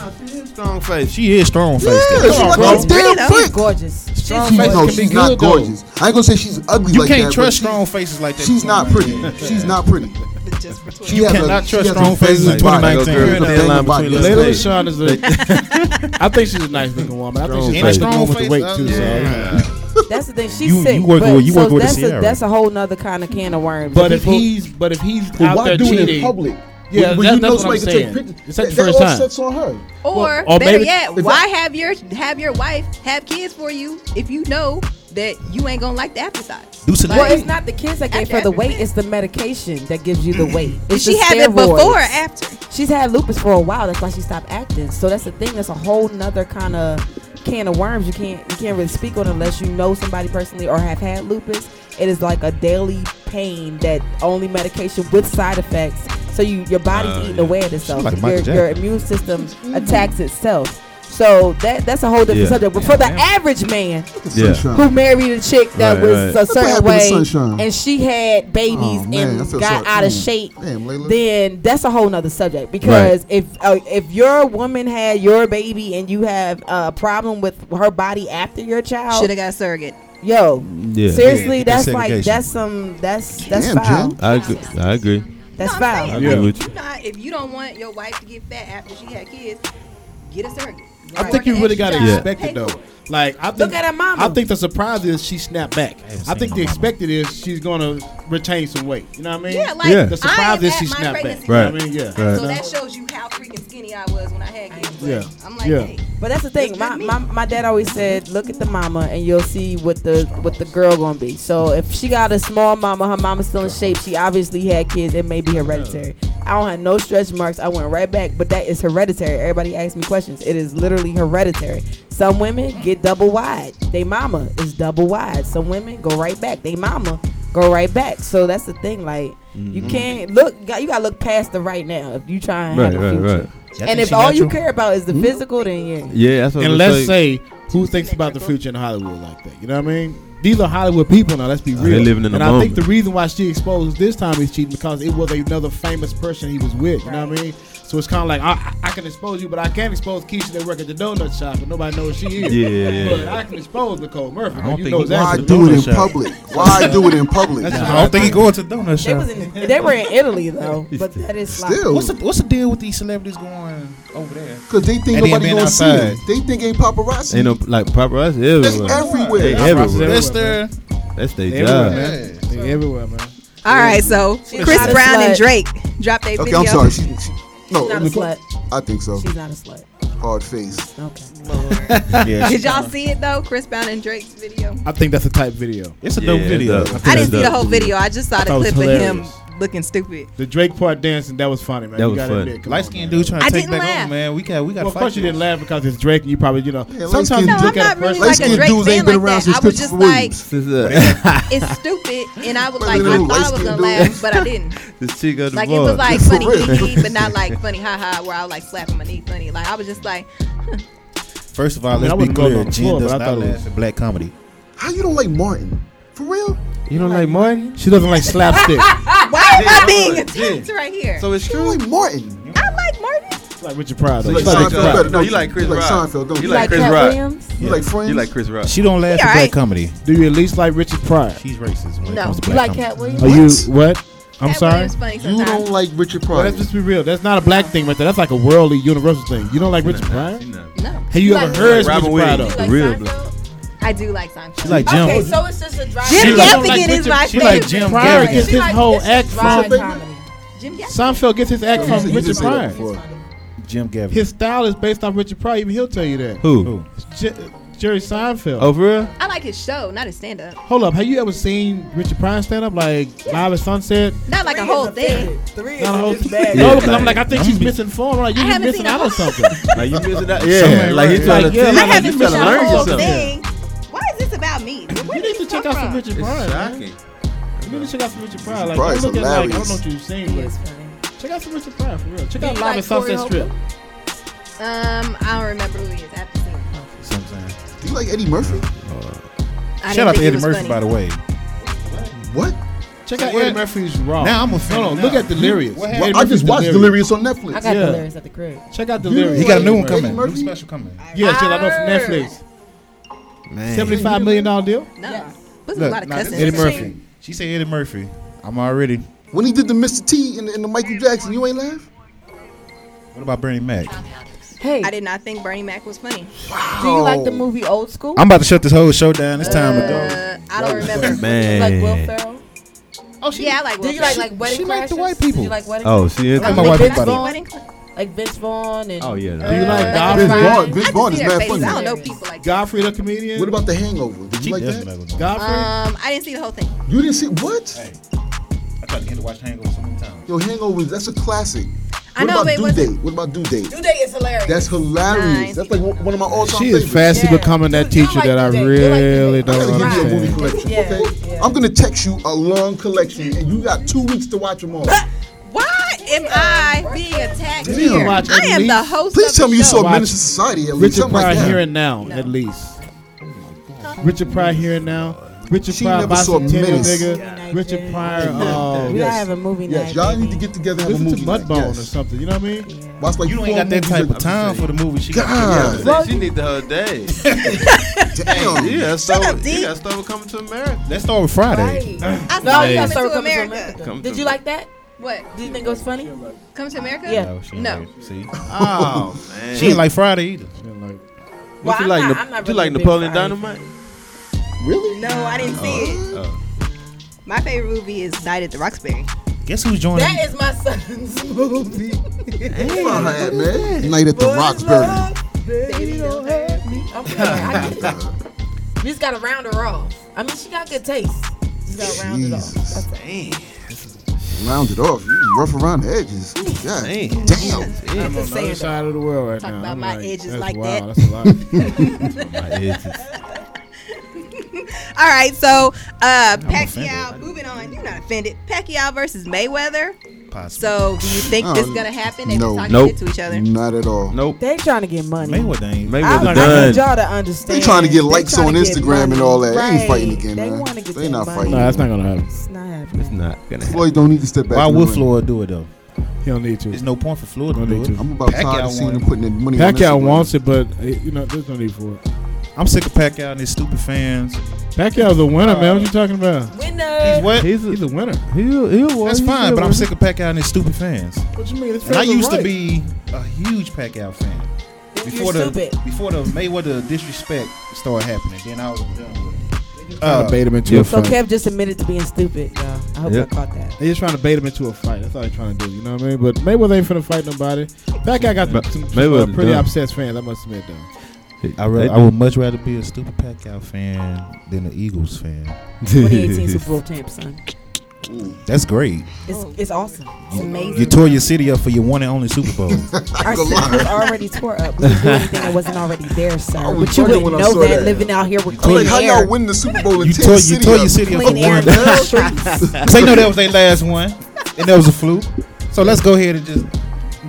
Speaker 5: Strong face.
Speaker 2: She is strong faced.
Speaker 3: Yeah, she's like
Speaker 7: bro.
Speaker 3: a damn
Speaker 1: Pretty, though.
Speaker 3: brick.
Speaker 4: She's gorgeous.
Speaker 7: Strong
Speaker 3: She,
Speaker 7: face
Speaker 3: no,
Speaker 7: can be
Speaker 3: she's not
Speaker 7: good though.
Speaker 3: gorgeous. I ain't gonna say she's ugly
Speaker 2: You
Speaker 3: like
Speaker 2: can't
Speaker 3: that.
Speaker 2: trust
Speaker 3: but
Speaker 2: strong faces like that.
Speaker 3: she- She's not pretty. She's not pretty.
Speaker 1: Just for
Speaker 3: She has
Speaker 2: cannot
Speaker 3: a,
Speaker 2: trust
Speaker 3: she has
Speaker 2: strong
Speaker 3: a banging
Speaker 2: faces in
Speaker 3: body.
Speaker 2: 2019.
Speaker 3: She has a
Speaker 5: Thin
Speaker 3: banging
Speaker 5: line
Speaker 3: body.
Speaker 5: between
Speaker 7: Layla
Speaker 5: Hey.
Speaker 7: Deshawn is a. I think she's a nice looking woman. I think she's a
Speaker 5: Strong
Speaker 7: nice looking
Speaker 5: face.
Speaker 7: woman with the
Speaker 2: Strong
Speaker 7: weight
Speaker 2: face,
Speaker 7: too.
Speaker 2: uh,
Speaker 7: so,
Speaker 2: yeah.
Speaker 4: That's the thing. She's
Speaker 2: You-
Speaker 4: sick.
Speaker 2: you work
Speaker 4: but,
Speaker 2: with- you
Speaker 4: so
Speaker 2: work with
Speaker 4: that's
Speaker 2: Sierra.
Speaker 4: A, that's a whole nother kind of can of worms.
Speaker 7: But if
Speaker 4: People-
Speaker 7: he's but if he's
Speaker 3: But
Speaker 7: out
Speaker 3: why
Speaker 7: there
Speaker 3: do it
Speaker 7: cheating,
Speaker 3: in public?
Speaker 7: Yeah,
Speaker 3: when,
Speaker 7: that-
Speaker 3: when you
Speaker 7: that's
Speaker 3: know
Speaker 7: what
Speaker 3: somebody
Speaker 7: I'm
Speaker 3: can take
Speaker 7: saying.
Speaker 3: pictures.
Speaker 7: It's like the
Speaker 3: that-
Speaker 7: first
Speaker 3: that all
Speaker 7: time.
Speaker 3: sets on her.
Speaker 1: Or,
Speaker 7: or
Speaker 1: better
Speaker 7: maybe-
Speaker 1: yet,
Speaker 7: if
Speaker 1: why have your have your wife have kids for you if you know that you ain't gonna like the appetite?
Speaker 2: Do some-
Speaker 4: well, it's not the kids that gave
Speaker 1: After
Speaker 4: her the
Speaker 1: every
Speaker 4: weight.
Speaker 1: meal.
Speaker 4: It's the medication that gives you the weight.
Speaker 1: Did
Speaker 4: It's
Speaker 1: Mm-hmm. she
Speaker 4: the
Speaker 1: have it
Speaker 4: steroids.
Speaker 1: before eh? or after?
Speaker 4: She's had lupus for a while. That's why she stopped acting. So that's the thing. That's a whole nother kind of can of worms. You can't you can't really speak on unless you know somebody personally or have had lupus. It is like a daily pain that only medication with side effects. So you your body's eating away at itself.
Speaker 2: Uh, like
Speaker 4: your,
Speaker 2: Michael
Speaker 4: your immune system
Speaker 1: Mm-hmm.
Speaker 4: attacks itself. So that that's a whole different
Speaker 5: Yeah.
Speaker 4: subject. But for the average man
Speaker 5: Yeah.
Speaker 3: Sunshine.
Speaker 4: who married a chick that
Speaker 5: Right,
Speaker 4: was
Speaker 5: right.
Speaker 4: a certain
Speaker 3: happened to
Speaker 4: way
Speaker 3: Sunshine?
Speaker 4: and she had babies
Speaker 3: Oh, man, I
Speaker 4: and
Speaker 3: feel
Speaker 4: got
Speaker 3: sorry.
Speaker 4: out of
Speaker 3: Mm.
Speaker 4: shape
Speaker 3: Damn, Layla.
Speaker 4: then that's a whole nother subject because if uh, if your woman had your baby and you have a problem with her body after your child,
Speaker 1: Should have got surrogate.
Speaker 4: yo,
Speaker 5: Yeah.
Speaker 4: seriously,
Speaker 2: Yeah,
Speaker 4: that's
Speaker 2: that's
Speaker 4: like
Speaker 2: segregation.
Speaker 4: that's some that's that's
Speaker 3: Damn,
Speaker 4: foul.
Speaker 3: Jen.
Speaker 5: I agree. I agree.
Speaker 4: That's
Speaker 1: No, I'm
Speaker 4: foul.
Speaker 5: I
Speaker 1: saying,
Speaker 5: agree
Speaker 7: Yeah.
Speaker 5: with you.
Speaker 1: you not, if you don't want your wife to get fat after she had kids, get a surrogate. Go
Speaker 7: I
Speaker 1: work
Speaker 7: think you
Speaker 1: an
Speaker 7: really
Speaker 1: extra
Speaker 7: gotta
Speaker 1: job,
Speaker 7: expect
Speaker 1: pay
Speaker 7: it though.
Speaker 1: for it.
Speaker 7: Like I think
Speaker 4: Look at her mama.
Speaker 7: I think the surprise is she snapped back. I think the expected is she's gonna retain some weight. You know what I mean?
Speaker 1: Yeah, like
Speaker 5: Yeah.
Speaker 7: The
Speaker 1: I
Speaker 7: surprise
Speaker 1: am
Speaker 7: is
Speaker 1: at
Speaker 7: she
Speaker 1: my
Speaker 7: snapped back.
Speaker 1: pregnancy
Speaker 7: You know
Speaker 5: Right.
Speaker 7: what I mean, yeah.
Speaker 5: Right.
Speaker 1: So that shows you how freaking skinny I was when I had kids. But
Speaker 7: Yeah.
Speaker 1: I'm like,
Speaker 7: Yeah.
Speaker 1: hey,
Speaker 4: But that's the thing.
Speaker 1: It's
Speaker 4: My,
Speaker 1: not me.
Speaker 4: my my dad always said, look at the mama and you'll see what the what the girl gonna be. So if she got a small mama, her mama's still in shape. She obviously had kids. It may be hereditary. I don't have no stretch marks. I went right back, but that is hereditary. Everybody asks me questions. It is literally hereditary. Some women get double wide. They mama is double wide. Some women go right back. They mama go right back. So that's the thing. Like
Speaker 5: Mm-hmm.
Speaker 4: you can't look. You gotta look past the right now if you try and
Speaker 5: Right,
Speaker 4: have a
Speaker 5: right,
Speaker 4: future.
Speaker 5: right.
Speaker 4: And if all you care about is the physical, then yeah.
Speaker 5: Yeah, that's what
Speaker 7: And
Speaker 5: I'm
Speaker 7: let's
Speaker 5: saying.
Speaker 7: say who thinks about the future in Hollywood like that? You know what I mean? These are Hollywood people now. Let's be
Speaker 5: Uh,
Speaker 7: real.
Speaker 5: they living in the
Speaker 7: and I think
Speaker 5: moment.
Speaker 7: the reason why she exposed this time is cheating because it was another famous person he was with. You know what I mean? So it's kind of like I, I- I can expose you, but I can't expose Keisha that work at the donut shop and nobody knows who she is.
Speaker 5: Yeah, yeah, yeah.
Speaker 7: But I can expose Nicole Murphy.
Speaker 2: don't
Speaker 7: you
Speaker 2: think
Speaker 7: know
Speaker 2: he-
Speaker 7: exactly
Speaker 3: Why
Speaker 7: who
Speaker 3: do
Speaker 7: Nicole
Speaker 3: it in
Speaker 7: Murphy is.
Speaker 3: public? Why do it in public?
Speaker 2: I don't think he going to the donut
Speaker 4: They was
Speaker 2: shop.
Speaker 4: in, they were in Italy though, but that is
Speaker 3: Still,
Speaker 2: What's the what's the deal with these celebrities going over there?
Speaker 3: because they think
Speaker 2: And then
Speaker 3: nobody
Speaker 2: being
Speaker 3: gonna see
Speaker 2: outside.
Speaker 3: it. They think ain't paparazzi.
Speaker 5: Ain't no like paparazzi
Speaker 3: It's
Speaker 5: everywhere.
Speaker 3: everywhere.
Speaker 5: They everywhere.
Speaker 2: That's their
Speaker 5: That's
Speaker 7: They
Speaker 5: their
Speaker 7: Everywhere,
Speaker 5: job.
Speaker 7: man. They everywhere, man.
Speaker 1: All right, so
Speaker 4: She's
Speaker 1: Chris
Speaker 4: not a
Speaker 1: Brown and
Speaker 4: slut.
Speaker 1: Drake dropped a
Speaker 3: Okay,
Speaker 1: video.
Speaker 3: I'm sorry. She, she, no,
Speaker 4: She's not a
Speaker 3: Nicole-
Speaker 4: slut.
Speaker 3: I think so.
Speaker 4: She's not a slut.
Speaker 3: Hard face.
Speaker 4: Okay.
Speaker 5: Yeah,
Speaker 1: Did y'all see it though? Chris Brown and Drake's video.
Speaker 7: I think that's a type video.
Speaker 2: It's a dope
Speaker 5: Yeah,
Speaker 2: video.
Speaker 5: dope.
Speaker 1: I
Speaker 5: That's
Speaker 1: didn't see the
Speaker 5: dope.
Speaker 1: whole video. I just saw
Speaker 7: thought
Speaker 1: the
Speaker 7: it was
Speaker 1: clip of him
Speaker 7: hilarious.
Speaker 1: looking stupid.
Speaker 7: The Drake part dancing, that was funny, man.
Speaker 5: That
Speaker 7: you
Speaker 5: was
Speaker 7: gotta
Speaker 5: funny.
Speaker 7: admit, come
Speaker 2: Light
Speaker 7: on,
Speaker 2: skinned
Speaker 7: man.
Speaker 2: dude trying to
Speaker 1: I
Speaker 2: take
Speaker 1: didn't
Speaker 2: back
Speaker 1: laugh.
Speaker 2: over, man. We got we got
Speaker 7: Well,
Speaker 2: to
Speaker 7: of course
Speaker 2: fight.
Speaker 7: you didn't laugh because it's Drake and you probably, you know.
Speaker 3: Yeah,
Speaker 7: sometimes
Speaker 3: light skin-
Speaker 7: you
Speaker 1: No,
Speaker 7: look
Speaker 1: I'm
Speaker 7: at
Speaker 1: not
Speaker 7: a
Speaker 1: really like
Speaker 7: person.
Speaker 1: a
Speaker 3: Light-skinned
Speaker 1: Drake
Speaker 3: dudes
Speaker 1: fan
Speaker 3: ain't been
Speaker 1: like
Speaker 3: around
Speaker 1: that.
Speaker 3: since
Speaker 1: I was just
Speaker 3: Christopher
Speaker 1: like,
Speaker 3: Reeves.
Speaker 5: this, uh,
Speaker 1: it's stupid, and I was
Speaker 3: Wait a
Speaker 1: like, I
Speaker 3: minute,
Speaker 1: thought I was
Speaker 3: light-skinned
Speaker 1: gonna
Speaker 3: dude.
Speaker 1: laugh, but I didn't.
Speaker 5: this chick on the
Speaker 1: Like it
Speaker 5: bar.
Speaker 1: was like
Speaker 3: For
Speaker 1: funny,
Speaker 3: real.
Speaker 1: hee hee, but not like funny, haha, where I was like slapping my knee, funny. Like I was just like,
Speaker 2: First of all,
Speaker 7: mean, I
Speaker 2: let's be
Speaker 7: wouldn't go
Speaker 2: clear.
Speaker 7: on the
Speaker 2: Jen
Speaker 7: floor,
Speaker 2: does
Speaker 7: but I
Speaker 2: not
Speaker 7: thought it was-
Speaker 2: laugh at black comedy.
Speaker 3: How you don't like Martin? For real?
Speaker 5: you don't like Martin?
Speaker 7: She doesn't like slapstick.
Speaker 1: why am I being
Speaker 5: yeah.
Speaker 1: attacked right here?
Speaker 5: So it's
Speaker 3: You don't
Speaker 5: true.
Speaker 3: like Martin?
Speaker 1: I like Martin.
Speaker 7: It's like Richard Pryor.
Speaker 5: So
Speaker 7: though. She
Speaker 5: you
Speaker 7: like Richard Pryor.
Speaker 3: Seinfeld
Speaker 5: like Seinfeld.
Speaker 3: better,
Speaker 5: No,
Speaker 3: don't
Speaker 5: you like Chris
Speaker 3: You like
Speaker 5: Rock.
Speaker 3: Seinfeld, don't
Speaker 5: You
Speaker 3: you?
Speaker 5: like
Speaker 4: Like
Speaker 5: Chris
Speaker 4: Cat
Speaker 5: Rock.
Speaker 4: Williams?
Speaker 3: You like Friends?
Speaker 5: You like Chris Rock.
Speaker 2: She don't laugh
Speaker 1: He
Speaker 2: at
Speaker 1: alright.
Speaker 2: black comedy.
Speaker 7: Do you at least like Richard Pryor?
Speaker 2: She's racist when
Speaker 1: No.
Speaker 2: it comes to
Speaker 4: You
Speaker 2: black
Speaker 4: like
Speaker 2: comedy.
Speaker 4: Cat Williams?
Speaker 7: Are you what? I'm
Speaker 1: That
Speaker 7: sorry.
Speaker 1: was funny
Speaker 3: You
Speaker 1: sometimes.
Speaker 3: don't like Richard
Speaker 7: Well,
Speaker 3: Pryor.
Speaker 7: let's just be real. That's not a black thing right there. That's like a worldly, universal thing. You don't like Richard Pryor?
Speaker 5: She not.
Speaker 1: no,
Speaker 7: Have you
Speaker 4: Like
Speaker 7: ever heard
Speaker 5: Robin
Speaker 7: Richard Pryor?
Speaker 5: Williams.
Speaker 7: though?
Speaker 5: Like Real
Speaker 1: I do like Oh, Seinfeld.
Speaker 2: She like Jim.
Speaker 4: Okay, so it's just a dry.
Speaker 1: Jim
Speaker 7: like-
Speaker 1: Gaffigan
Speaker 7: like
Speaker 1: is
Speaker 7: Richard-
Speaker 1: my
Speaker 2: she
Speaker 1: favorite.
Speaker 2: like Jim
Speaker 7: Pryor
Speaker 2: Gaffigan.
Speaker 7: gets his whole act
Speaker 4: dry
Speaker 7: from
Speaker 4: comedy.
Speaker 1: Jim Gaffigan.
Speaker 7: Seinfeld gets his act
Speaker 3: You
Speaker 7: from
Speaker 3: said- you
Speaker 7: Richard
Speaker 3: just said that
Speaker 7: Pryor.
Speaker 3: before.
Speaker 2: Jim Gavin.
Speaker 7: His style is based off Richard Pryor. Even he'll tell you that.
Speaker 5: Who?
Speaker 7: J- Jerry Seinfeld.
Speaker 5: Oh, for real?
Speaker 1: I like his show, not his stand up.
Speaker 7: Hold up. Have you ever seen Richard Pryor stand up like live at sunset?
Speaker 1: Not like a whole thing.
Speaker 4: Three
Speaker 7: Not a whole-
Speaker 4: is just bad.
Speaker 7: No, because I'm like, I think she's misinformed. I'm like,
Speaker 1: I
Speaker 7: you're
Speaker 1: haven't
Speaker 7: missing
Speaker 1: seen a
Speaker 7: out on
Speaker 1: whole-
Speaker 7: something.
Speaker 5: Like you missing out?
Speaker 2: Yeah,
Speaker 5: Yeah. Like he's trying to
Speaker 7: like, yeah,
Speaker 5: tell
Speaker 1: I
Speaker 7: like,
Speaker 5: you,
Speaker 1: haven't
Speaker 5: you
Speaker 1: finished
Speaker 5: better
Speaker 1: a
Speaker 5: learn
Speaker 1: whole
Speaker 5: yourself.
Speaker 1: thing. Why is this about me? Where did
Speaker 7: You need
Speaker 1: this
Speaker 7: to check
Speaker 1: come
Speaker 7: out some
Speaker 1: from?
Speaker 7: Richard Pryor.
Speaker 5: It's
Speaker 7: man.
Speaker 5: shocking.
Speaker 7: You need to check out some Richard Pryor. Like,
Speaker 3: Pryor
Speaker 7: don't
Speaker 3: is
Speaker 7: look at like, I don't
Speaker 3: hilarious.
Speaker 7: know what you've seen,
Speaker 4: He
Speaker 7: but
Speaker 4: is funny.
Speaker 7: check out some Richard Pryor for real. Check out
Speaker 1: you
Speaker 7: Live
Speaker 1: like
Speaker 7: at Sunset
Speaker 1: Corey
Speaker 7: Strip.
Speaker 1: Um, I don't remember who he is. I have to see. him.
Speaker 2: Sometimes.
Speaker 3: Do you like Eddie Murphy?
Speaker 1: I
Speaker 2: Shout
Speaker 1: didn't
Speaker 2: out to
Speaker 1: think he
Speaker 2: Eddie
Speaker 1: was
Speaker 2: Murphy,
Speaker 1: funny.
Speaker 2: by the way.
Speaker 3: What?
Speaker 7: Check
Speaker 2: So
Speaker 7: out
Speaker 2: what-
Speaker 7: Eddie Murphy's Raw.
Speaker 2: Now I'm offended.
Speaker 7: Hold on,
Speaker 2: now.
Speaker 7: look at Delirious.
Speaker 2: What
Speaker 7: Eddie
Speaker 2: happened?
Speaker 3: Well, I just
Speaker 7: Murphy's
Speaker 3: watched
Speaker 7: Delirious.
Speaker 3: Delirious on
Speaker 4: I
Speaker 3: Netflix.
Speaker 4: got
Speaker 7: Yeah.
Speaker 4: the lyrics at the crib.
Speaker 7: Check out Delirious.
Speaker 2: He got a new one
Speaker 7: Eddie Murphy.
Speaker 2: coming.
Speaker 3: Murphy?
Speaker 2: New special coming.
Speaker 7: Yeah, check out from
Speaker 1: Arr.
Speaker 7: Netflix.
Speaker 5: Man.
Speaker 7: Seventy-five million dollar deal.
Speaker 1: No,
Speaker 4: Yes.
Speaker 1: But there's
Speaker 2: Look,
Speaker 1: a lot of
Speaker 2: now,
Speaker 1: cussing.
Speaker 2: Eddie Murphy. She said Eddie Murphy. I'm already.
Speaker 3: When he did the Mr. T and the, and the Michael Jackson, you ain't laugh?
Speaker 2: What about Bernie Mac?
Speaker 4: Hey,
Speaker 1: I did not think Bernie Mac was funny.
Speaker 4: do you like
Speaker 3: oh.
Speaker 4: the movie Old School?
Speaker 2: I'm about to shut this whole show down. It's time to go.
Speaker 1: Uh, I don't remember.
Speaker 4: like Will
Speaker 5: Man.
Speaker 4: Ferrell.
Speaker 2: Oh,
Speaker 1: Yeah, I like. Will
Speaker 4: Did you like
Speaker 1: Ferrell.
Speaker 4: like Wedding
Speaker 2: she
Speaker 4: Crashers?
Speaker 2: liked the white
Speaker 4: Did
Speaker 2: people.
Speaker 4: you like Wedding?
Speaker 5: Oh, she is.
Speaker 2: I like
Speaker 4: Like
Speaker 2: my
Speaker 4: Vince
Speaker 2: wife about
Speaker 4: Vaughn,
Speaker 2: it.
Speaker 1: Wedding Crashers?
Speaker 4: like Vince Vaughn and
Speaker 5: Oh yeah.
Speaker 7: Do you like
Speaker 4: Uh,
Speaker 7: Godfrey?
Speaker 3: Vince Vaughn,
Speaker 4: Fine.
Speaker 3: Vince
Speaker 1: I
Speaker 3: Vaughn
Speaker 1: can
Speaker 3: is
Speaker 1: see their
Speaker 3: mad
Speaker 1: faces. I don't
Speaker 3: funny.
Speaker 1: know people like that.
Speaker 7: Godfrey the comedian.
Speaker 3: What about Uh, The Hangover? Did you like that?
Speaker 2: Definitely. Like
Speaker 7: Godfrey?
Speaker 1: Um, I didn't see the whole thing.
Speaker 3: You didn't see what?
Speaker 2: hey, I tried to get to watch Hangover so many times.
Speaker 3: Yo, Hangover, that's a classic.
Speaker 1: I
Speaker 3: What
Speaker 1: know, but it
Speaker 3: about Due
Speaker 1: wasn't-
Speaker 3: Date? What about Due Date?
Speaker 4: Today is hilarious.
Speaker 3: That's hilarious.
Speaker 1: Nice.
Speaker 3: That's like one one of my all-time
Speaker 7: she
Speaker 3: favorites.
Speaker 7: is fast
Speaker 4: Yeah.
Speaker 7: becoming that
Speaker 4: You- you
Speaker 7: teacher
Speaker 4: like
Speaker 7: that I
Speaker 4: the day. You like the
Speaker 7: really
Speaker 4: day.
Speaker 7: don't
Speaker 3: I gotta give you a movie
Speaker 7: understand.
Speaker 3: collection,
Speaker 4: Yeah,
Speaker 3: okay?
Speaker 4: yeah.
Speaker 3: I'm gonna text you a long collection, and you got two weeks to watch them all.
Speaker 1: Why am I being attacked
Speaker 3: Damn.
Speaker 1: here?
Speaker 7: Watch
Speaker 1: I am
Speaker 7: Eddie
Speaker 1: the
Speaker 7: Lee's-
Speaker 1: host.
Speaker 3: Please
Speaker 1: of
Speaker 3: tell
Speaker 1: the
Speaker 3: me you
Speaker 1: show.
Speaker 3: saw
Speaker 7: Watch
Speaker 3: Menace to Society at least.
Speaker 7: Richard
Speaker 3: Something
Speaker 7: Pryor
Speaker 3: like
Speaker 7: here
Speaker 3: that.
Speaker 7: and now, at least. Richard Pryor here and now. Richard
Speaker 3: She
Speaker 7: Pryor
Speaker 3: never saw
Speaker 7: bicentennial
Speaker 3: Menace.
Speaker 7: nigga.
Speaker 4: Yeah.
Speaker 7: Richard Pryor.
Speaker 4: we
Speaker 7: Uh,
Speaker 4: gotta
Speaker 3: yes.
Speaker 4: have a movie
Speaker 3: Yes,
Speaker 4: night.
Speaker 3: y'all
Speaker 4: baby.
Speaker 3: need to get together and have a
Speaker 7: listen to
Speaker 3: movie night.
Speaker 7: Mudbone or
Speaker 3: Yes.
Speaker 7: something. You know what I mean?
Speaker 4: Yeah.
Speaker 3: Watch like
Speaker 2: You
Speaker 3: four
Speaker 2: ain't got that
Speaker 3: movies
Speaker 2: type
Speaker 3: like-
Speaker 2: of time for the movie. She got
Speaker 3: God.
Speaker 2: to
Speaker 5: She need the whole day.
Speaker 3: Damn.
Speaker 5: Yeah, so
Speaker 1: Shut up, D.
Speaker 5: you got to coming to America.
Speaker 2: Let's start with Friday.
Speaker 4: Right.
Speaker 1: I
Speaker 4: No,
Speaker 1: saw
Speaker 4: you
Speaker 1: you
Speaker 4: gotta
Speaker 1: coming
Speaker 4: start
Speaker 1: to
Speaker 4: coming to
Speaker 1: America.
Speaker 5: Come to
Speaker 4: America. Did you like that?
Speaker 1: What?
Speaker 4: Do you think it was funny?
Speaker 1: Come to America?
Speaker 4: Yeah.
Speaker 2: No, she ain't
Speaker 1: No.
Speaker 2: like it. See,
Speaker 5: Oh man.
Speaker 2: she ain't like Friday either.
Speaker 4: Well,
Speaker 5: you
Speaker 4: I'm
Speaker 5: like?
Speaker 4: not-
Speaker 5: Nap-
Speaker 4: I'm not
Speaker 5: you
Speaker 4: really
Speaker 5: like
Speaker 4: a big
Speaker 5: Napoleon
Speaker 4: Pryor
Speaker 5: Dynamite?
Speaker 3: Really?
Speaker 1: No, I didn't see it.
Speaker 5: Oh.
Speaker 1: My favorite movie is Night at the Roxbury.
Speaker 2: Guess who's joining?
Speaker 4: That is my son's movie.
Speaker 3: Where her at, man? Night at the Roxbury.
Speaker 4: Baby, don't hurt me. I'm sorry, I get it. We just gotta round her off. I mean, she got good taste. Just gotta round it off.
Speaker 3: Jesus.
Speaker 4: That's it.
Speaker 3: Round it off. You rough around the edges. God
Speaker 5: Man.
Speaker 3: damn.
Speaker 1: I'm
Speaker 7: on
Speaker 1: just
Speaker 7: the other
Speaker 1: saying that.
Speaker 7: side of the world right
Speaker 1: Talk
Speaker 7: now.
Speaker 1: about
Speaker 7: I'm
Speaker 1: my edges
Speaker 7: that's
Speaker 1: like
Speaker 7: wild.
Speaker 1: that.
Speaker 7: That's a lot.
Speaker 5: My edges.
Speaker 1: All right, so uh, Pacquiao.
Speaker 2: offended.
Speaker 1: Moving on. You're not offended. Pacquiao versus Mayweather.
Speaker 2: Possible.
Speaker 1: So do you think
Speaker 3: Oh,
Speaker 1: this gonna happen? They
Speaker 3: no.
Speaker 1: was talking
Speaker 5: Nope.
Speaker 1: shit to each other.
Speaker 3: Not at all.
Speaker 5: Nope.
Speaker 4: They trying to get money.
Speaker 2: Mayweather ain't.
Speaker 4: I,
Speaker 5: Mayweather
Speaker 4: don't- I
Speaker 5: done.
Speaker 4: need y'all to understand.
Speaker 3: They trying to get likes
Speaker 4: trying
Speaker 3: on
Speaker 4: to get
Speaker 3: Instagram and
Speaker 4: money.
Speaker 3: all that. They ain't
Speaker 4: Right.
Speaker 3: fighting again,
Speaker 4: they
Speaker 3: man.
Speaker 4: wanna get
Speaker 3: They
Speaker 4: that
Speaker 3: not
Speaker 4: money.
Speaker 3: fighting.
Speaker 7: no, that's not gonna happen.
Speaker 4: It's not happening.
Speaker 5: It's not gonna happen.
Speaker 3: Floyd don't need to step back.
Speaker 2: Why
Speaker 3: in the
Speaker 2: would
Speaker 3: ring.
Speaker 2: Floyd do it though?
Speaker 7: He don't need to.
Speaker 2: There's no point for Floyd to
Speaker 7: No
Speaker 2: do
Speaker 7: need
Speaker 2: it.
Speaker 7: to.
Speaker 3: I'm about tired
Speaker 2: Pacquiao
Speaker 3: of seeing
Speaker 2: won.
Speaker 3: them putting that money. on
Speaker 7: Pacquiao
Speaker 3: Instagram.
Speaker 7: wants it, but eh, you know there's no need for it.
Speaker 2: I'm sick of Pacquiao and his stupid fans.
Speaker 7: Pacquiao's a winner, man. What you talking about?
Speaker 4: Winner.
Speaker 2: He's what?
Speaker 7: He's a, he's a winner.
Speaker 5: He'll, he'll
Speaker 2: That's fine, but I'm sick of Pacquiao and his stupid fans.
Speaker 7: What you mean? It's
Speaker 2: And I used to be a huge Pacquiao fan before
Speaker 4: You're
Speaker 2: the
Speaker 4: stupid.
Speaker 2: before the Mayweather disrespect started happening. Then I was done with it.
Speaker 7: I
Speaker 2: Uh,
Speaker 7: bait him into a
Speaker 4: So
Speaker 7: fight.
Speaker 4: Kev just admitted to being stupid, y'all. I I hope
Speaker 5: Yep.
Speaker 4: I caught that.
Speaker 7: They just trying to bait him into a fight. That's all they trying to do. You know what I mean? But Mayweather ain't finna fight nobody. That guy got
Speaker 5: But
Speaker 7: some, some uh,
Speaker 5: Mayweather
Speaker 7: pretty
Speaker 5: done.
Speaker 7: upset fans. I must admit, though.
Speaker 2: I,
Speaker 5: They
Speaker 2: re- I
Speaker 5: do.
Speaker 2: would much rather be a stupid Pacquiao fan than an Eagles fan.
Speaker 4: 2018 Super Bowl champ, son.
Speaker 2: That's great.
Speaker 4: It's, it's awesome.
Speaker 3: Oh,
Speaker 1: It's amazing.
Speaker 2: You tore your city up for your one and only Super Bowl.
Speaker 4: Our
Speaker 3: gonna
Speaker 4: city
Speaker 3: lie.
Speaker 4: was already tore up. We didn't do anything that wasn't already there,
Speaker 3: I
Speaker 4: sir.
Speaker 3: was
Speaker 4: But you
Speaker 3: bugging
Speaker 4: wouldn't
Speaker 3: when I
Speaker 4: know
Speaker 3: saw
Speaker 4: that,
Speaker 3: that.
Speaker 4: living out here with
Speaker 3: I'm
Speaker 4: clean
Speaker 3: like, how
Speaker 4: air,
Speaker 3: y'all win the Super Bowl in
Speaker 2: you tore you
Speaker 3: Tennessee?
Speaker 2: tore your city up for
Speaker 4: clean air,
Speaker 2: one.
Speaker 4: and good streets.
Speaker 2: Cause they know that was their last one, and that was a fluke. So let's go ahead and just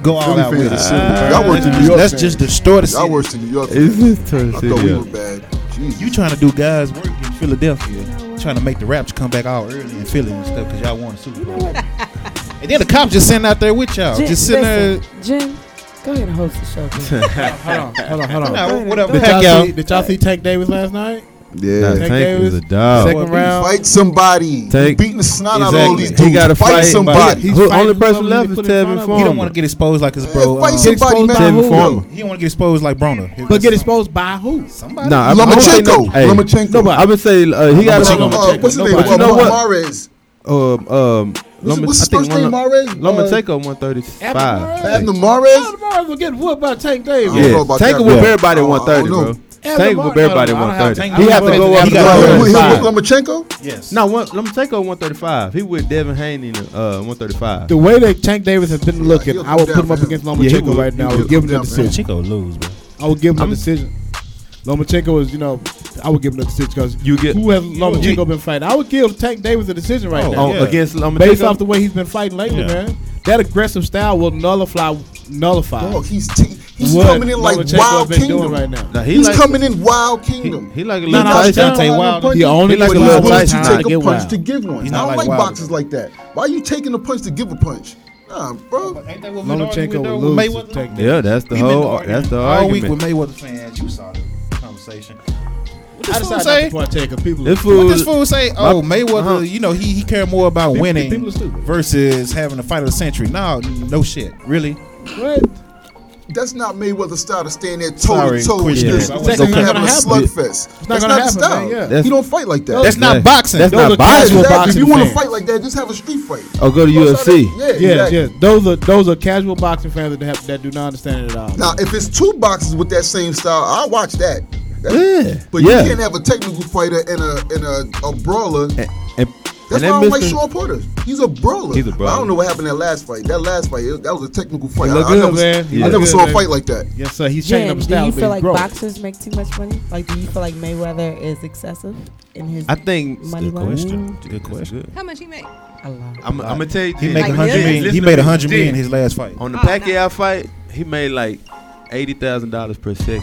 Speaker 2: go all out with it.
Speaker 3: Y'all worse than New York.
Speaker 2: Let's just destroy the
Speaker 3: Y'all
Speaker 2: city.
Speaker 3: worse than New York.
Speaker 5: It's
Speaker 3: fans.
Speaker 5: just turn
Speaker 3: I thought
Speaker 5: city
Speaker 3: we
Speaker 5: up.
Speaker 3: were bad. Jesus.
Speaker 2: You trying to do guys work in Philadelphia, trying to make the Raps come back all early in Philly and stuff because y'all won a Super Bowl. and then the cops just sitting out there with y'all,
Speaker 4: Jen,
Speaker 2: just sitting there.
Speaker 4: listen, Jen, go ahead and host the show. girl.
Speaker 7: Hold on, hold on, hold on.
Speaker 2: Nah, whatever.
Speaker 7: Did y'all, see,
Speaker 2: Pacquiao.
Speaker 7: did y'all see Tank Davis last night?
Speaker 5: Nah,
Speaker 3: Yeah.
Speaker 7: Tank
Speaker 5: Tank
Speaker 7: Davis,
Speaker 5: is a dog.
Speaker 7: Second round.
Speaker 3: Fight somebody.
Speaker 5: Take-
Speaker 3: Beating the snot out of all
Speaker 2: Exactly.
Speaker 3: these
Speaker 2: He
Speaker 3: dudes.
Speaker 5: gotta
Speaker 3: fight
Speaker 5: fight
Speaker 3: somebody.
Speaker 5: somebody.
Speaker 7: He's
Speaker 5: Who-
Speaker 7: fighting
Speaker 5: only person
Speaker 7: somebody
Speaker 5: left
Speaker 7: he
Speaker 5: is
Speaker 7: put in
Speaker 5: Tevin
Speaker 7: front of him.
Speaker 2: He don't want to get exposed like his bro.
Speaker 3: fight
Speaker 2: um,
Speaker 3: somebody, man.
Speaker 5: Tevin
Speaker 3: Who?
Speaker 5: Farmer.
Speaker 2: he don't want to get exposed like Broner. His-
Speaker 7: But get exposed by who?
Speaker 2: somebody.
Speaker 5: Nah, I- I would say no-
Speaker 3: Lomachenko.
Speaker 5: hey,
Speaker 3: Lomachenko.
Speaker 5: I would say uh, he got
Speaker 7: Lomachenko.
Speaker 3: Uh, What's his name?
Speaker 7: Nobody.
Speaker 5: You know what?
Speaker 3: Mares.
Speaker 5: um um.
Speaker 3: What's-
Speaker 5: Loma-
Speaker 3: what's his
Speaker 5: I think
Speaker 3: first name,
Speaker 5: Loma-
Speaker 3: Mares?
Speaker 5: Lomachenko one thirty
Speaker 7: Abner
Speaker 5: five.
Speaker 7: Mares?
Speaker 3: Abner Mares?
Speaker 7: Oh, tomorrow we'll get whooped by Tank Davis.
Speaker 3: I don't know
Speaker 5: Yeah,
Speaker 3: about that,
Speaker 5: Tank will
Speaker 3: bro.
Speaker 5: whip everybody
Speaker 3: I
Speaker 5: at
Speaker 3: don't-
Speaker 5: one thirty,
Speaker 3: I don't
Speaker 5: bro.
Speaker 7: know.
Speaker 5: Tank will whip
Speaker 7: Abner
Speaker 5: everybody at
Speaker 7: Mares-
Speaker 5: one thirty.
Speaker 2: Tank-
Speaker 5: He have to
Speaker 2: Tank-
Speaker 5: go up
Speaker 2: He
Speaker 5: to
Speaker 2: got-
Speaker 3: Who- who- who-
Speaker 5: one thirty five.
Speaker 3: Lomachenko?
Speaker 2: Yes.
Speaker 5: No, one, Lomachenko one thirty five. He with Devin Haney uh one thirty five.
Speaker 7: The way that Tank Davis has been looking,
Speaker 3: he'll
Speaker 7: I would
Speaker 3: come
Speaker 7: put him up
Speaker 3: down for him.
Speaker 7: against
Speaker 5: Yeah, he
Speaker 7: Lomachenko
Speaker 5: will.
Speaker 7: right now. I
Speaker 3: He'll
Speaker 7: would give him
Speaker 3: come
Speaker 7: the
Speaker 3: down for him.
Speaker 7: decision.
Speaker 2: Chico lose, bro.
Speaker 7: I would give him the
Speaker 5: I'm-
Speaker 7: decision. Lomachenko is, you know, I would give him the decision because
Speaker 5: You get-
Speaker 7: who has
Speaker 5: you-
Speaker 7: Lomachenko been fighting? I would give Tank Davis a decision right now.
Speaker 5: Oh,
Speaker 2: Yeah.
Speaker 5: Against
Speaker 7: Based off
Speaker 5: Lomachenko.
Speaker 7: the way he's been fighting lately,
Speaker 2: Yeah.
Speaker 7: man, that aggressive style will nullify, nullify
Speaker 3: Dog, Oh, he's t- he's
Speaker 7: what
Speaker 3: coming in like
Speaker 7: Lomachenko has
Speaker 3: Wild
Speaker 7: been
Speaker 3: Kingdom.
Speaker 7: doing right now.
Speaker 5: Nah, he
Speaker 3: He's
Speaker 5: like-
Speaker 3: coming in Wild
Speaker 5: He,
Speaker 3: Kingdom.
Speaker 5: he like a
Speaker 7: Nah,
Speaker 5: little
Speaker 7: nah,
Speaker 5: Tyson.
Speaker 7: Tyson. He only
Speaker 5: He like
Speaker 7: gets
Speaker 5: a
Speaker 3: But
Speaker 5: little
Speaker 3: he's willing
Speaker 7: wild
Speaker 3: to
Speaker 5: Tyson.
Speaker 7: Nah,
Speaker 3: take
Speaker 7: get
Speaker 3: a punch
Speaker 7: wild.
Speaker 3: to give one.
Speaker 2: He's
Speaker 3: I
Speaker 2: not
Speaker 3: don't
Speaker 2: like
Speaker 3: like
Speaker 2: Wilder.
Speaker 3: boxers like that. Why you taking a punch to give a punch? Nah, bro.
Speaker 7: eh,
Speaker 2: Ain't that what we
Speaker 7: Lomachenko
Speaker 2: arguing, though,
Speaker 7: will
Speaker 2: with
Speaker 7: lose
Speaker 2: Mayweather?
Speaker 7: to Tank Davis.
Speaker 5: Yeah, that's the
Speaker 2: We've been
Speaker 5: whole.
Speaker 2: arguing
Speaker 5: That's the
Speaker 2: all week with
Speaker 5: argument.
Speaker 2: Mayweather fans. You saw the conversation. What
Speaker 7: I
Speaker 2: this fool
Speaker 7: decided not
Speaker 2: say?
Speaker 7: to partake because people.
Speaker 5: This
Speaker 2: What
Speaker 5: fool.
Speaker 2: this fool say? Oh, Mayweather.
Speaker 5: Uh-huh.
Speaker 2: You know he he cared more about
Speaker 7: People-
Speaker 2: winning
Speaker 7: people are stupid.
Speaker 2: versus having a fight of the century. No, no shit. Really?
Speaker 7: What?
Speaker 3: That's not Mayweather style to stand there toe
Speaker 2: Sorry,
Speaker 3: to toe with
Speaker 2: Christian.
Speaker 3: this
Speaker 2: Yeah.
Speaker 3: and
Speaker 2: That's
Speaker 7: not
Speaker 3: having a
Speaker 7: gonna happen.
Speaker 3: slugfest.
Speaker 7: not
Speaker 3: That's
Speaker 7: gonna
Speaker 3: not his
Speaker 7: happen, man.
Speaker 3: style.
Speaker 7: Yeah.
Speaker 5: That's-
Speaker 3: He don't fight like that.
Speaker 2: That's not
Speaker 5: Yeah.
Speaker 2: boxing.
Speaker 5: That's
Speaker 7: Those
Speaker 5: not
Speaker 7: are
Speaker 5: boxing.
Speaker 7: casual
Speaker 3: Exactly. If you
Speaker 7: boxing
Speaker 3: want to
Speaker 7: fans.
Speaker 3: fight like that, just have a street fight.
Speaker 5: Oh, go to
Speaker 3: Go outside
Speaker 5: UFC.
Speaker 3: that- Yeah,
Speaker 7: Yeah,
Speaker 3: exactly.
Speaker 7: yeah. Those are those are casual boxing fans that have that do not understand it at all.
Speaker 3: Now, if it's two boxers with that same style, I'll watch that. That's-
Speaker 5: Yeah,
Speaker 3: But
Speaker 5: yeah.
Speaker 3: you can't have a technical fighter and a and a, a brawler.
Speaker 5: And,
Speaker 3: That's
Speaker 5: and, and
Speaker 3: why I
Speaker 5: that
Speaker 3: don't like
Speaker 5: Mr.
Speaker 3: Sean Porter. He's a brawler.
Speaker 5: He's a brawler.
Speaker 3: I don't know what happened in that last fight. That last fight, it- that was a technical fight. I,
Speaker 7: looked
Speaker 3: I
Speaker 7: good,
Speaker 3: never,
Speaker 7: man. He
Speaker 3: I
Speaker 7: looked
Speaker 3: never
Speaker 7: good,
Speaker 3: saw
Speaker 7: man.
Speaker 3: a fight like that.
Speaker 7: Yes, sir. He's changing
Speaker 4: Jen,
Speaker 7: up his
Speaker 4: do
Speaker 7: style.
Speaker 4: you
Speaker 7: but
Speaker 4: feel
Speaker 7: he's
Speaker 4: like
Speaker 7: broke.
Speaker 4: boxers make too much money? Like, do you feel like Mayweather is excessive in his
Speaker 5: I think.
Speaker 4: money?
Speaker 2: Good
Speaker 4: wise?
Speaker 2: question. Good question.
Speaker 1: How much he make?
Speaker 4: A lot.
Speaker 5: I'm, I'm gonna tell you.
Speaker 2: He
Speaker 5: this.
Speaker 2: made a
Speaker 1: Like
Speaker 2: hundred
Speaker 1: millions?
Speaker 2: million. He
Speaker 5: Listen
Speaker 2: made
Speaker 5: to
Speaker 2: a
Speaker 5: me.
Speaker 2: hundred million in
Speaker 5: This-
Speaker 2: his last fight.
Speaker 5: On the
Speaker 1: Oh,
Speaker 5: Pacquiao
Speaker 1: no.
Speaker 5: fight, he made like eighty thousand dollars per second.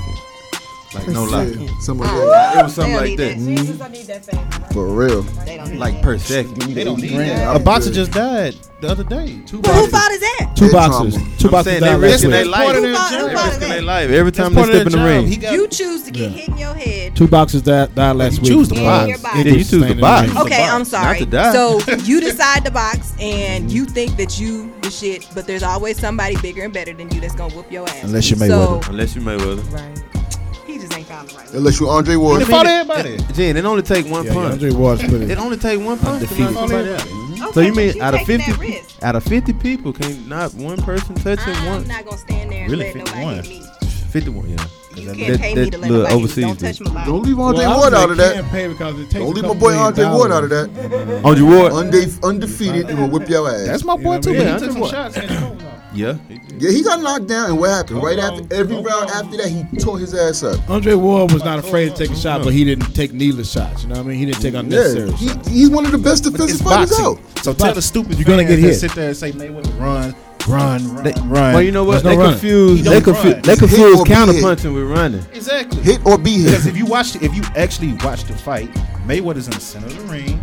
Speaker 5: Like
Speaker 4: Per
Speaker 5: no lie,
Speaker 4: second.
Speaker 3: Yeah, some of that.
Speaker 5: it was something
Speaker 1: They
Speaker 5: like
Speaker 1: don't
Speaker 5: that.
Speaker 1: need
Speaker 4: Jesus, I need that favor.
Speaker 3: For real.
Speaker 1: They don't need
Speaker 5: Like
Speaker 1: that.
Speaker 5: per second.
Speaker 2: They don't need
Speaker 3: Yeah.
Speaker 2: that. A boxer just died the other day.
Speaker 5: Mm-hmm.
Speaker 2: Two
Speaker 1: But who fought his ass?
Speaker 7: Two
Speaker 3: Head
Speaker 7: boxers.
Speaker 3: trauma.
Speaker 7: Two
Speaker 5: I'm
Speaker 7: boxers.
Speaker 5: saying they
Speaker 7: died last
Speaker 5: risking their
Speaker 7: week.
Speaker 5: life.
Speaker 1: Who
Speaker 5: They
Speaker 1: fought- who fought
Speaker 5: risking
Speaker 1: his
Speaker 5: theis
Speaker 1: ass?
Speaker 5: life every time they step in the ring.
Speaker 2: He got
Speaker 1: You choose to get hit in your head.
Speaker 7: Two boxers died, died last week.
Speaker 2: choose to
Speaker 1: Yeah,
Speaker 2: box.
Speaker 1: you're boxing.
Speaker 5: Yeah, you choose the box.
Speaker 7: Okay.
Speaker 1: Okay,
Speaker 5: box,
Speaker 1: I'm sorry.
Speaker 5: not to die. Mm-hmm.
Speaker 1: So you decide to box and you think that you the shit, but there's always somebody bigger and better than you that's gonna whoop your ass.
Speaker 2: Unless you're
Speaker 1: So
Speaker 5: Unless you Mayweather.
Speaker 4: Right.
Speaker 1: he just ain't found the right. one.
Speaker 3: Unless you're Andre
Speaker 2: He
Speaker 3: Ward.
Speaker 2: fought everybody.
Speaker 5: Jen, it only take one
Speaker 7: Yeah, yeah,
Speaker 5: punch.
Speaker 7: Andre Ward's pretty.
Speaker 5: It only take one punch. to knock somebody out.
Speaker 1: Okay,
Speaker 5: So you
Speaker 1: but
Speaker 5: mean out of
Speaker 1: taking that
Speaker 5: fifty,
Speaker 1: risk.
Speaker 5: out of fifty people, can't not one person touch him
Speaker 1: I'm
Speaker 5: once?
Speaker 1: not gonna stand there and
Speaker 5: Really
Speaker 1: let nobody
Speaker 2: 51.
Speaker 1: hit me.
Speaker 5: Fifty-one, yeah.
Speaker 1: You
Speaker 5: That-
Speaker 1: can't pay me
Speaker 5: that
Speaker 1: to let
Speaker 5: little
Speaker 1: nobody.
Speaker 5: overseas
Speaker 1: don't
Speaker 5: dude.
Speaker 1: touch my body.
Speaker 3: Don't leave
Speaker 7: Well,
Speaker 3: Andre
Speaker 7: I
Speaker 3: Ward
Speaker 7: would say
Speaker 3: out of that.
Speaker 7: can't pay because it takes
Speaker 3: Don't
Speaker 7: a
Speaker 3: leave my
Speaker 7: couple
Speaker 3: boy
Speaker 7: million
Speaker 3: Andre Ward
Speaker 7: dollars.
Speaker 3: out of that.
Speaker 5: On your ward.
Speaker 3: Unde- undefeated and will whip your ass.
Speaker 2: That's my boy
Speaker 7: Yeah,
Speaker 2: too.
Speaker 7: I
Speaker 2: but
Speaker 5: mean,
Speaker 2: he took some
Speaker 5: what?
Speaker 2: shots. and his nose off.
Speaker 5: Yeah.
Speaker 3: yeah, he got knocked down, and what happened? right
Speaker 7: on.
Speaker 3: after every
Speaker 7: Hold
Speaker 3: round
Speaker 7: on.
Speaker 3: after that, he tore his ass up.
Speaker 7: Andre Ward was not afraid to take a shot, but he didn't take needless shots. You know what I mean? He didn't take unnecessary
Speaker 3: Yeah, he,
Speaker 7: shots.
Speaker 3: he's one of the best defensive
Speaker 2: It's
Speaker 3: fighters
Speaker 2: boxing.
Speaker 3: out.
Speaker 2: So tell the stupid
Speaker 7: You're gonna
Speaker 2: fans
Speaker 7: get
Speaker 2: that
Speaker 7: hit.
Speaker 2: Sit there and say Mayweather run, run, run, run.
Speaker 5: Well, you know what?
Speaker 7: There's no
Speaker 5: They
Speaker 7: running.
Speaker 5: confuse.
Speaker 2: He
Speaker 5: They
Speaker 2: don't
Speaker 5: confuse.
Speaker 2: run. Just
Speaker 5: They
Speaker 3: hit
Speaker 5: confuse
Speaker 3: or be hit.
Speaker 5: counter punching with running.
Speaker 2: Exactly.
Speaker 3: Hit or be hit.
Speaker 2: Because if you watch, if you actually watch the fight, Mayweather's in the center of the ring.